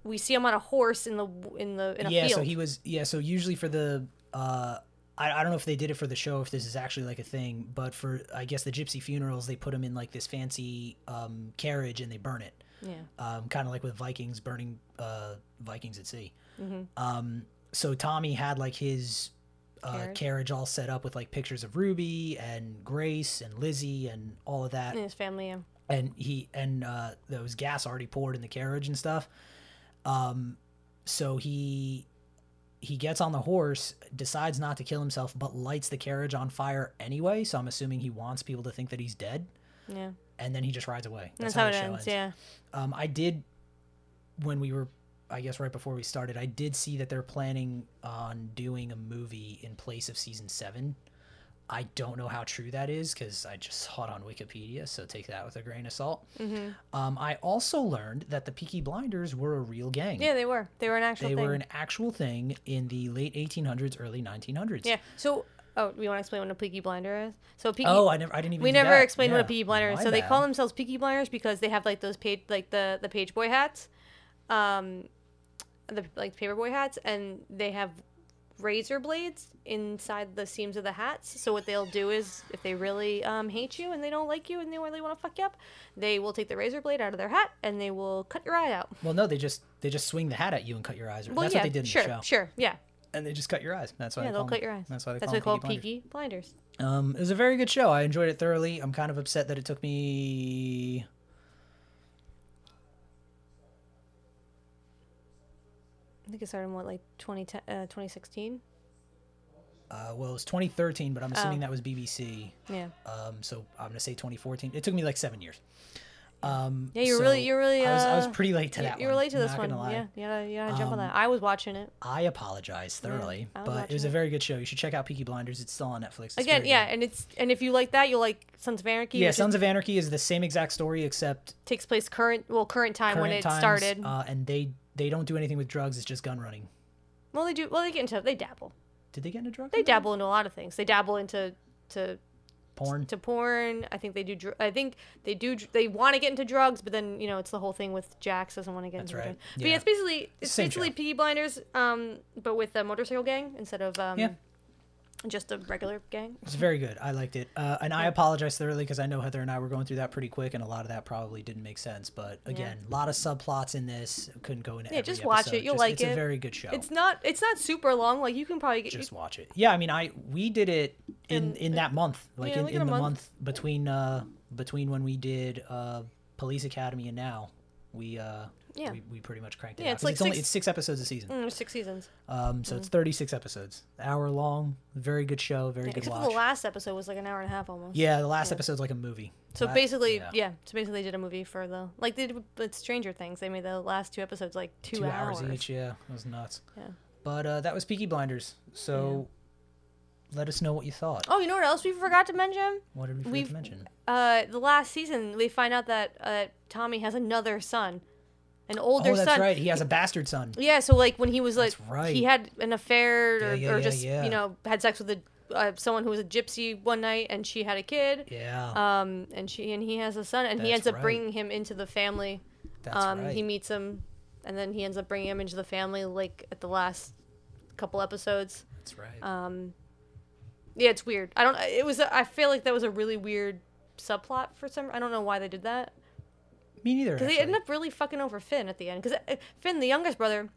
Speaker 2: we see him on a horse in the in the in a
Speaker 1: yeah
Speaker 2: field.
Speaker 1: so he was yeah so usually for the uh I, I don't know if they did it for the show if this is actually like a thing but for i guess the gypsy funerals they put him in like this fancy um carriage and they burn it
Speaker 2: yeah,
Speaker 1: um kind of like with vikings burning uh vikings at sea
Speaker 2: Mm-hmm.
Speaker 1: um so tommy had like his uh,
Speaker 2: Carriage.
Speaker 1: carriage all set up with like pictures of Ruby and Grace and Lizzie and all of that
Speaker 2: and his family. Yeah.
Speaker 1: and he and uh there was gas already poured in the carriage and stuff um so he he gets on the horse decides not to kill himself but lights the carriage on fire anyway so i'm assuming he wants people to think that he's dead
Speaker 2: Yeah,
Speaker 1: and then he just rides away
Speaker 2: that's,
Speaker 1: that's,
Speaker 2: how it
Speaker 1: the show
Speaker 2: ends. Yeah,
Speaker 1: um i did when we were i guess right before we started i did see that they're planning on doing a movie in place of season seven i don't know how true that is because i just saw it on wikipedia so take that with a grain of salt
Speaker 2: hmm
Speaker 1: um, I also learned that the Peaky Blinders were a real gang.
Speaker 2: yeah, they were they were an actual.
Speaker 1: they
Speaker 2: thing.
Speaker 1: were an actual thing in the late 1800s, early 1900s.
Speaker 2: Yeah. So oh, we want to explain what a Peaky Blinder is. So Peaky.
Speaker 1: Oh, I never, I didn't even.
Speaker 2: we
Speaker 1: do
Speaker 2: never
Speaker 1: that.
Speaker 2: explained what
Speaker 1: Yeah.
Speaker 2: a Peaky Blinder is.
Speaker 1: My
Speaker 2: So they
Speaker 1: bad.
Speaker 2: call themselves Peaky Blinders because they have like those page like the the page boy hats, um, the like paper boy hats, and they have razor blades inside the seams of the hats. So what they'll do is if they really um, hate you and they don't like you and they really want to fuck you up, they will take the razor blade out of their hat and they will cut your eye out.
Speaker 1: Well, no, they just they just swing the hat at you and cut your eyes.
Speaker 2: Well,
Speaker 1: That's
Speaker 2: yeah,
Speaker 1: what they did in
Speaker 2: sure,
Speaker 1: the show,
Speaker 2: sure, yeah,
Speaker 1: and they just cut your eyes. That's why
Speaker 2: yeah,
Speaker 1: they
Speaker 2: they'll
Speaker 1: call
Speaker 2: cut
Speaker 1: them-
Speaker 2: your eyes.
Speaker 1: That's why they
Speaker 2: That's
Speaker 1: call
Speaker 2: what they
Speaker 1: them
Speaker 2: call
Speaker 1: Peaky
Speaker 2: Peaky Blinders.
Speaker 1: Blinders. Um, it was a very good show. I enjoyed it thoroughly. I'm kind of upset that it took me.
Speaker 2: I think it started in what like 2010, uh, 2016.
Speaker 1: Uh, well, it was 2013,
Speaker 2: Oh.
Speaker 1: but I'm assuming that was BBC.
Speaker 2: Yeah.
Speaker 1: Um, so I'm gonna say 2014. It took me like seven years. Um,
Speaker 2: Yeah, you're
Speaker 1: so
Speaker 2: really- you're really,
Speaker 1: I was, I was
Speaker 2: uh,
Speaker 1: pretty late to
Speaker 2: You,
Speaker 1: that.
Speaker 2: you
Speaker 1: one,
Speaker 2: relate to this
Speaker 1: not
Speaker 2: one.
Speaker 1: gonna lie. Um,
Speaker 2: Yeah, yeah, yeah. Jump on that. I was watching it
Speaker 1: I apologize thoroughly,
Speaker 2: I was
Speaker 1: but it
Speaker 2: watching
Speaker 1: was a
Speaker 2: it.
Speaker 1: very good show. You should check out Peaky Blinders. It's still on Netflix. It's
Speaker 2: again.
Speaker 1: very
Speaker 2: Yeah,
Speaker 1: good.
Speaker 2: and it's and if you like that, you'll like Sons of Anarchy.
Speaker 1: yeah.
Speaker 2: which is-
Speaker 1: Sons of Anarchy is the same exact story except
Speaker 2: takes place current well current time
Speaker 1: current
Speaker 2: when it
Speaker 1: times,
Speaker 2: started.
Speaker 1: uh, and they they don't do anything with drugs. It's just gun running.
Speaker 2: well, they do. Well, they get into they dabble.
Speaker 1: Did they get into drugs?
Speaker 2: They dabble into a lot of things. They dabble into to
Speaker 1: porn.
Speaker 2: to porn. I think they do. dr- I think they do. dr- They want to get into drugs, but then you know it's the whole thing with Jax doesn't want to get
Speaker 1: That's
Speaker 2: into
Speaker 1: right.
Speaker 2: drugs. But
Speaker 1: Yeah.
Speaker 2: yeah, it's basically it's
Speaker 1: Same
Speaker 2: basically
Speaker 1: show.
Speaker 2: Peaky Blinders, um, but with a motorcycle gang instead of um,
Speaker 1: Yeah.
Speaker 2: just a regular gang.
Speaker 1: It's very good. I liked it. Uh, and I apologize thoroughly because I know Heather and I were going through that pretty quick, and a lot of that probably didn't make sense. But again, a lot of subplots in this. Couldn't go into
Speaker 2: Yeah,
Speaker 1: every
Speaker 2: just watch
Speaker 1: episode.
Speaker 2: it. You'll
Speaker 1: Just-
Speaker 2: like
Speaker 1: it's It's a
Speaker 2: it.
Speaker 1: very good show.
Speaker 2: It's not it's not super long. Like you can probably get
Speaker 1: just watch it. Yeah, I mean, I we did it in
Speaker 2: And-
Speaker 1: in that month, like
Speaker 2: Yeah,
Speaker 1: in,
Speaker 2: like
Speaker 1: in
Speaker 2: in a
Speaker 1: the month.
Speaker 2: month.
Speaker 1: between uh between when we did uh Police Academy and now we uh
Speaker 2: Yeah.
Speaker 1: we, we pretty much cranked it.
Speaker 2: Yeah,
Speaker 1: out.
Speaker 2: it's
Speaker 1: 'Cause
Speaker 2: like
Speaker 1: it's only
Speaker 2: six-
Speaker 1: it's six episodes a season,
Speaker 2: mm, there's six seasons.
Speaker 1: um so it's thirty six episodes, hour long, very good show, very good
Speaker 2: Except
Speaker 1: watch.
Speaker 2: for the last episode was like an hour and a half almost.
Speaker 1: yeah, the last episode's like a movie.
Speaker 2: So
Speaker 1: That-
Speaker 2: basically,
Speaker 1: yeah.
Speaker 2: yeah. So basically, they did a movie for the like they did with- with Stranger Things. They made the last two episodes like two,
Speaker 1: two hours, each. Yeah, it was nuts.
Speaker 2: Yeah.
Speaker 1: But uh, that was Peaky Blinders. So let us know what you thought.
Speaker 2: Oh, you know what else we forgot to mention?
Speaker 1: What did we forget
Speaker 2: we've-
Speaker 1: to mention?
Speaker 2: Uh, the last season, we find out that uh, Tommy has another son, an older
Speaker 1: Oh, that's
Speaker 2: son.
Speaker 1: right. He has a bastard son.
Speaker 2: Yeah. So like when he was like
Speaker 1: That's right.
Speaker 2: he had an affair or,
Speaker 1: Yeah, yeah,
Speaker 2: or
Speaker 1: yeah,
Speaker 2: just
Speaker 1: yeah.
Speaker 2: you know had sex with a uh, someone who was a gypsy one night and she had a kid.
Speaker 1: Yeah,
Speaker 2: Um, and she and he has a son, and he
Speaker 1: That's
Speaker 2: ends up
Speaker 1: right.
Speaker 2: bringing him into the family.
Speaker 1: that's
Speaker 2: um,
Speaker 1: right.
Speaker 2: He meets him, and then he ends up bringing him into the family, like at the last couple episodes.
Speaker 1: that's right.
Speaker 2: Um, yeah, it's weird. I don't. It was. I feel like that was a really weird subplot for some. I don't know why they did that.
Speaker 1: Me neither.
Speaker 2: Because they
Speaker 1: actually.
Speaker 2: ended up really fucking over Finn at the end. Because Finn, the youngest brother,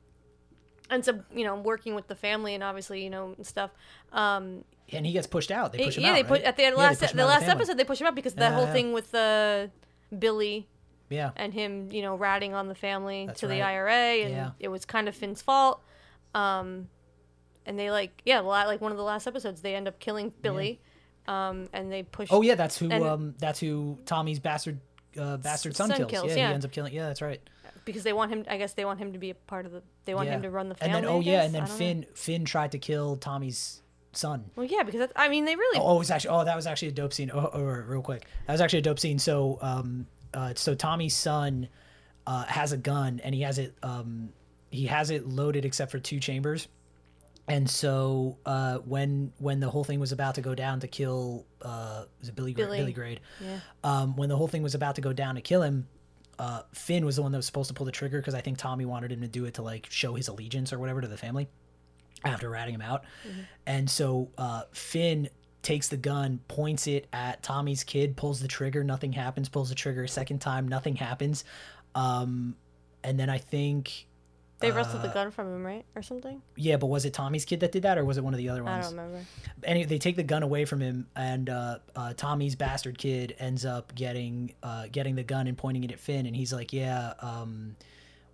Speaker 2: ends up you know working with the family and obviously you know and stuff. Um,
Speaker 1: and he gets pushed out. They push him
Speaker 2: yeah,
Speaker 1: out.
Speaker 2: they put
Speaker 1: right?
Speaker 2: at the
Speaker 1: Yeah, they
Speaker 2: end last e-
Speaker 1: push him
Speaker 2: the
Speaker 1: out of
Speaker 2: last
Speaker 1: family.
Speaker 2: episode they push him out because
Speaker 1: Yeah,
Speaker 2: the whole
Speaker 1: yeah.
Speaker 2: thing with the Billy
Speaker 1: Yeah,
Speaker 2: and him, you know, ratting on the family
Speaker 1: That's
Speaker 2: to
Speaker 1: right.
Speaker 2: the IRA, and
Speaker 1: Yeah.
Speaker 2: it was kind of Finn's fault. Um, and they like, yeah, la- like one of the last episodes, they end up killing Billy, um, and they push.
Speaker 1: Oh yeah, that's who.
Speaker 2: And-
Speaker 1: um, that's who Tommy's bastard. Uh, bastard son,
Speaker 2: son
Speaker 1: kills.
Speaker 2: kills,
Speaker 1: Yeah,
Speaker 2: yeah.
Speaker 1: he ends up killing. Yeah, that's right.
Speaker 2: because they want him. I guess they want him to be a part of the. They want
Speaker 1: yeah.
Speaker 2: him to run the
Speaker 1: And
Speaker 2: family.
Speaker 1: then oh
Speaker 2: I
Speaker 1: yeah, and
Speaker 2: guess?
Speaker 1: then
Speaker 2: I don't know.
Speaker 1: Finn Finn tried to kill Tommy's son.
Speaker 2: Well, yeah, because that's, I mean, they really.
Speaker 1: Oh, it was actually oh that was actually a dope scene. Oh, oh, real quick, that was actually a dope scene. So um, uh, so Tommy's son uh, has a gun and he has it um, he has it loaded except for two chambers. And so uh, when when the whole thing was about to go down to kill uh, was it Billy Gra-
Speaker 2: Billy.
Speaker 1: Billy Grade,
Speaker 2: Yeah.
Speaker 1: um, when the whole thing was about to go down to kill him, uh, Finn was the one that was supposed to pull the trigger because I think Tommy wanted him to do it to like show his allegiance or whatever to the family after ratting him out. And so uh, Finn takes the gun, points it at Tommy's kid, pulls the trigger, nothing happens, pulls the trigger a second time, nothing happens. Um, and then I think,
Speaker 2: They wrestled
Speaker 1: uh,
Speaker 2: the gun from him, right, or something.
Speaker 1: yeah, but was it Tommy's kid that did that or was it one of the other
Speaker 2: I
Speaker 1: ones?
Speaker 2: don't remember.
Speaker 1: Any, they take the gun away from him, and uh, uh, Tommy's bastard kid ends up getting uh, getting the gun and pointing it at Finn, and he's like, "Yeah." Um,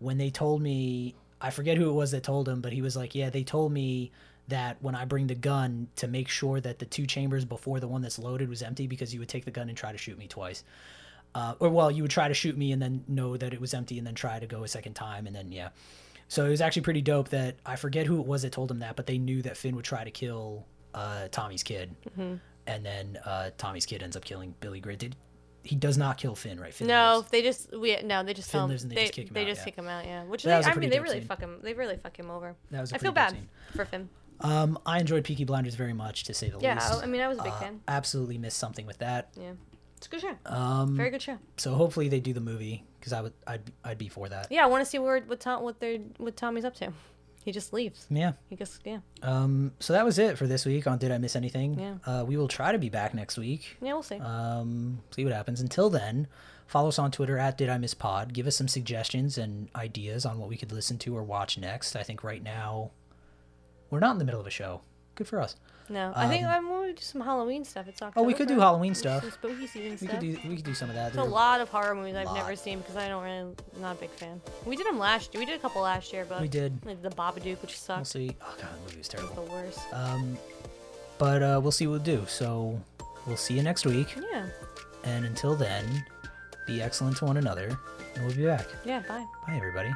Speaker 1: when they told me, I forget who it was that told him, but he was like, "Yeah, they told me that when I bring the gun to make sure that the two chambers before the one that's loaded was empty, because you would take the gun and try to shoot me twice." Uh, or well, you would try to shoot me and then know that it was empty, and then try to go a second time, and then yeah. So it was actually pretty dope that I forget who it was that told him that, but they knew that Finn would try to kill uh, Tommy's kid,
Speaker 2: Mm-hmm.
Speaker 1: and then uh, Tommy's kid ends up killing Billy Gray. Did he does not kill Finn, right? Finn
Speaker 2: No,
Speaker 1: lives.
Speaker 2: they just we no, they just
Speaker 1: Finn
Speaker 2: tell him,
Speaker 1: lives and they
Speaker 2: they
Speaker 1: just kick him
Speaker 2: they
Speaker 1: out,
Speaker 2: just
Speaker 1: yeah.
Speaker 2: kick him out. Yeah, which
Speaker 1: That was
Speaker 2: is,
Speaker 1: a
Speaker 2: I
Speaker 1: pretty
Speaker 2: mean, they
Speaker 1: dope
Speaker 2: really
Speaker 1: scene.
Speaker 2: fuck him. They really fuck him over.
Speaker 1: That was a
Speaker 2: I feel
Speaker 1: pretty dope
Speaker 2: bad
Speaker 1: scene.
Speaker 2: for Finn.
Speaker 1: Um, I enjoyed Peaky Blinders very much, to say the
Speaker 2: Yeah,
Speaker 1: least.
Speaker 2: I, I mean, I was a big
Speaker 1: Uh,
Speaker 2: fan.
Speaker 1: absolutely missed something with that.
Speaker 2: Yeah, it's a good show.
Speaker 1: Um,
Speaker 2: Very good show.
Speaker 1: so hopefully they do the movie because I would I'd I'd be for that.
Speaker 2: Yeah, I want to see where what Tom what they what Tommy's up to. He just leaves.
Speaker 1: Yeah.
Speaker 2: He just yeah
Speaker 1: Um, so that was it for this week on Did I Miss Anything?
Speaker 2: Yeah.
Speaker 1: Uh, we will try to be back next week.
Speaker 2: yeah we'll see.
Speaker 1: um, see what happens. Until then, follow us on Twitter at Did I Miss Pod. Give us some suggestions and ideas on what we could listen to or watch next. I think right now we're not in the middle of a show. Good for us.
Speaker 2: no, I think I'm going to do some Halloween stuff. It's October.
Speaker 1: um, Oh, we could do Halloween stuff.
Speaker 2: Some spooky season
Speaker 1: We
Speaker 2: stuff.
Speaker 1: could do we could do some of that.
Speaker 2: There's a lot of horror movies I've never
Speaker 1: Lot.
Speaker 2: seen because I don't really I'm not a big fan. We did them last year. We did a couple last year, but
Speaker 1: We did.
Speaker 2: like the Babadook, which
Speaker 1: We'll
Speaker 2: sucks.
Speaker 1: see. Oh god, the movie was
Speaker 2: The
Speaker 1: terrible.
Speaker 2: worst.
Speaker 1: Um, but uh, we'll see what we'll do. So we'll see you next week.
Speaker 2: Yeah.
Speaker 1: And until then, be excellent to one another, and we'll be back.
Speaker 2: Yeah, bye.
Speaker 1: Bye, everybody.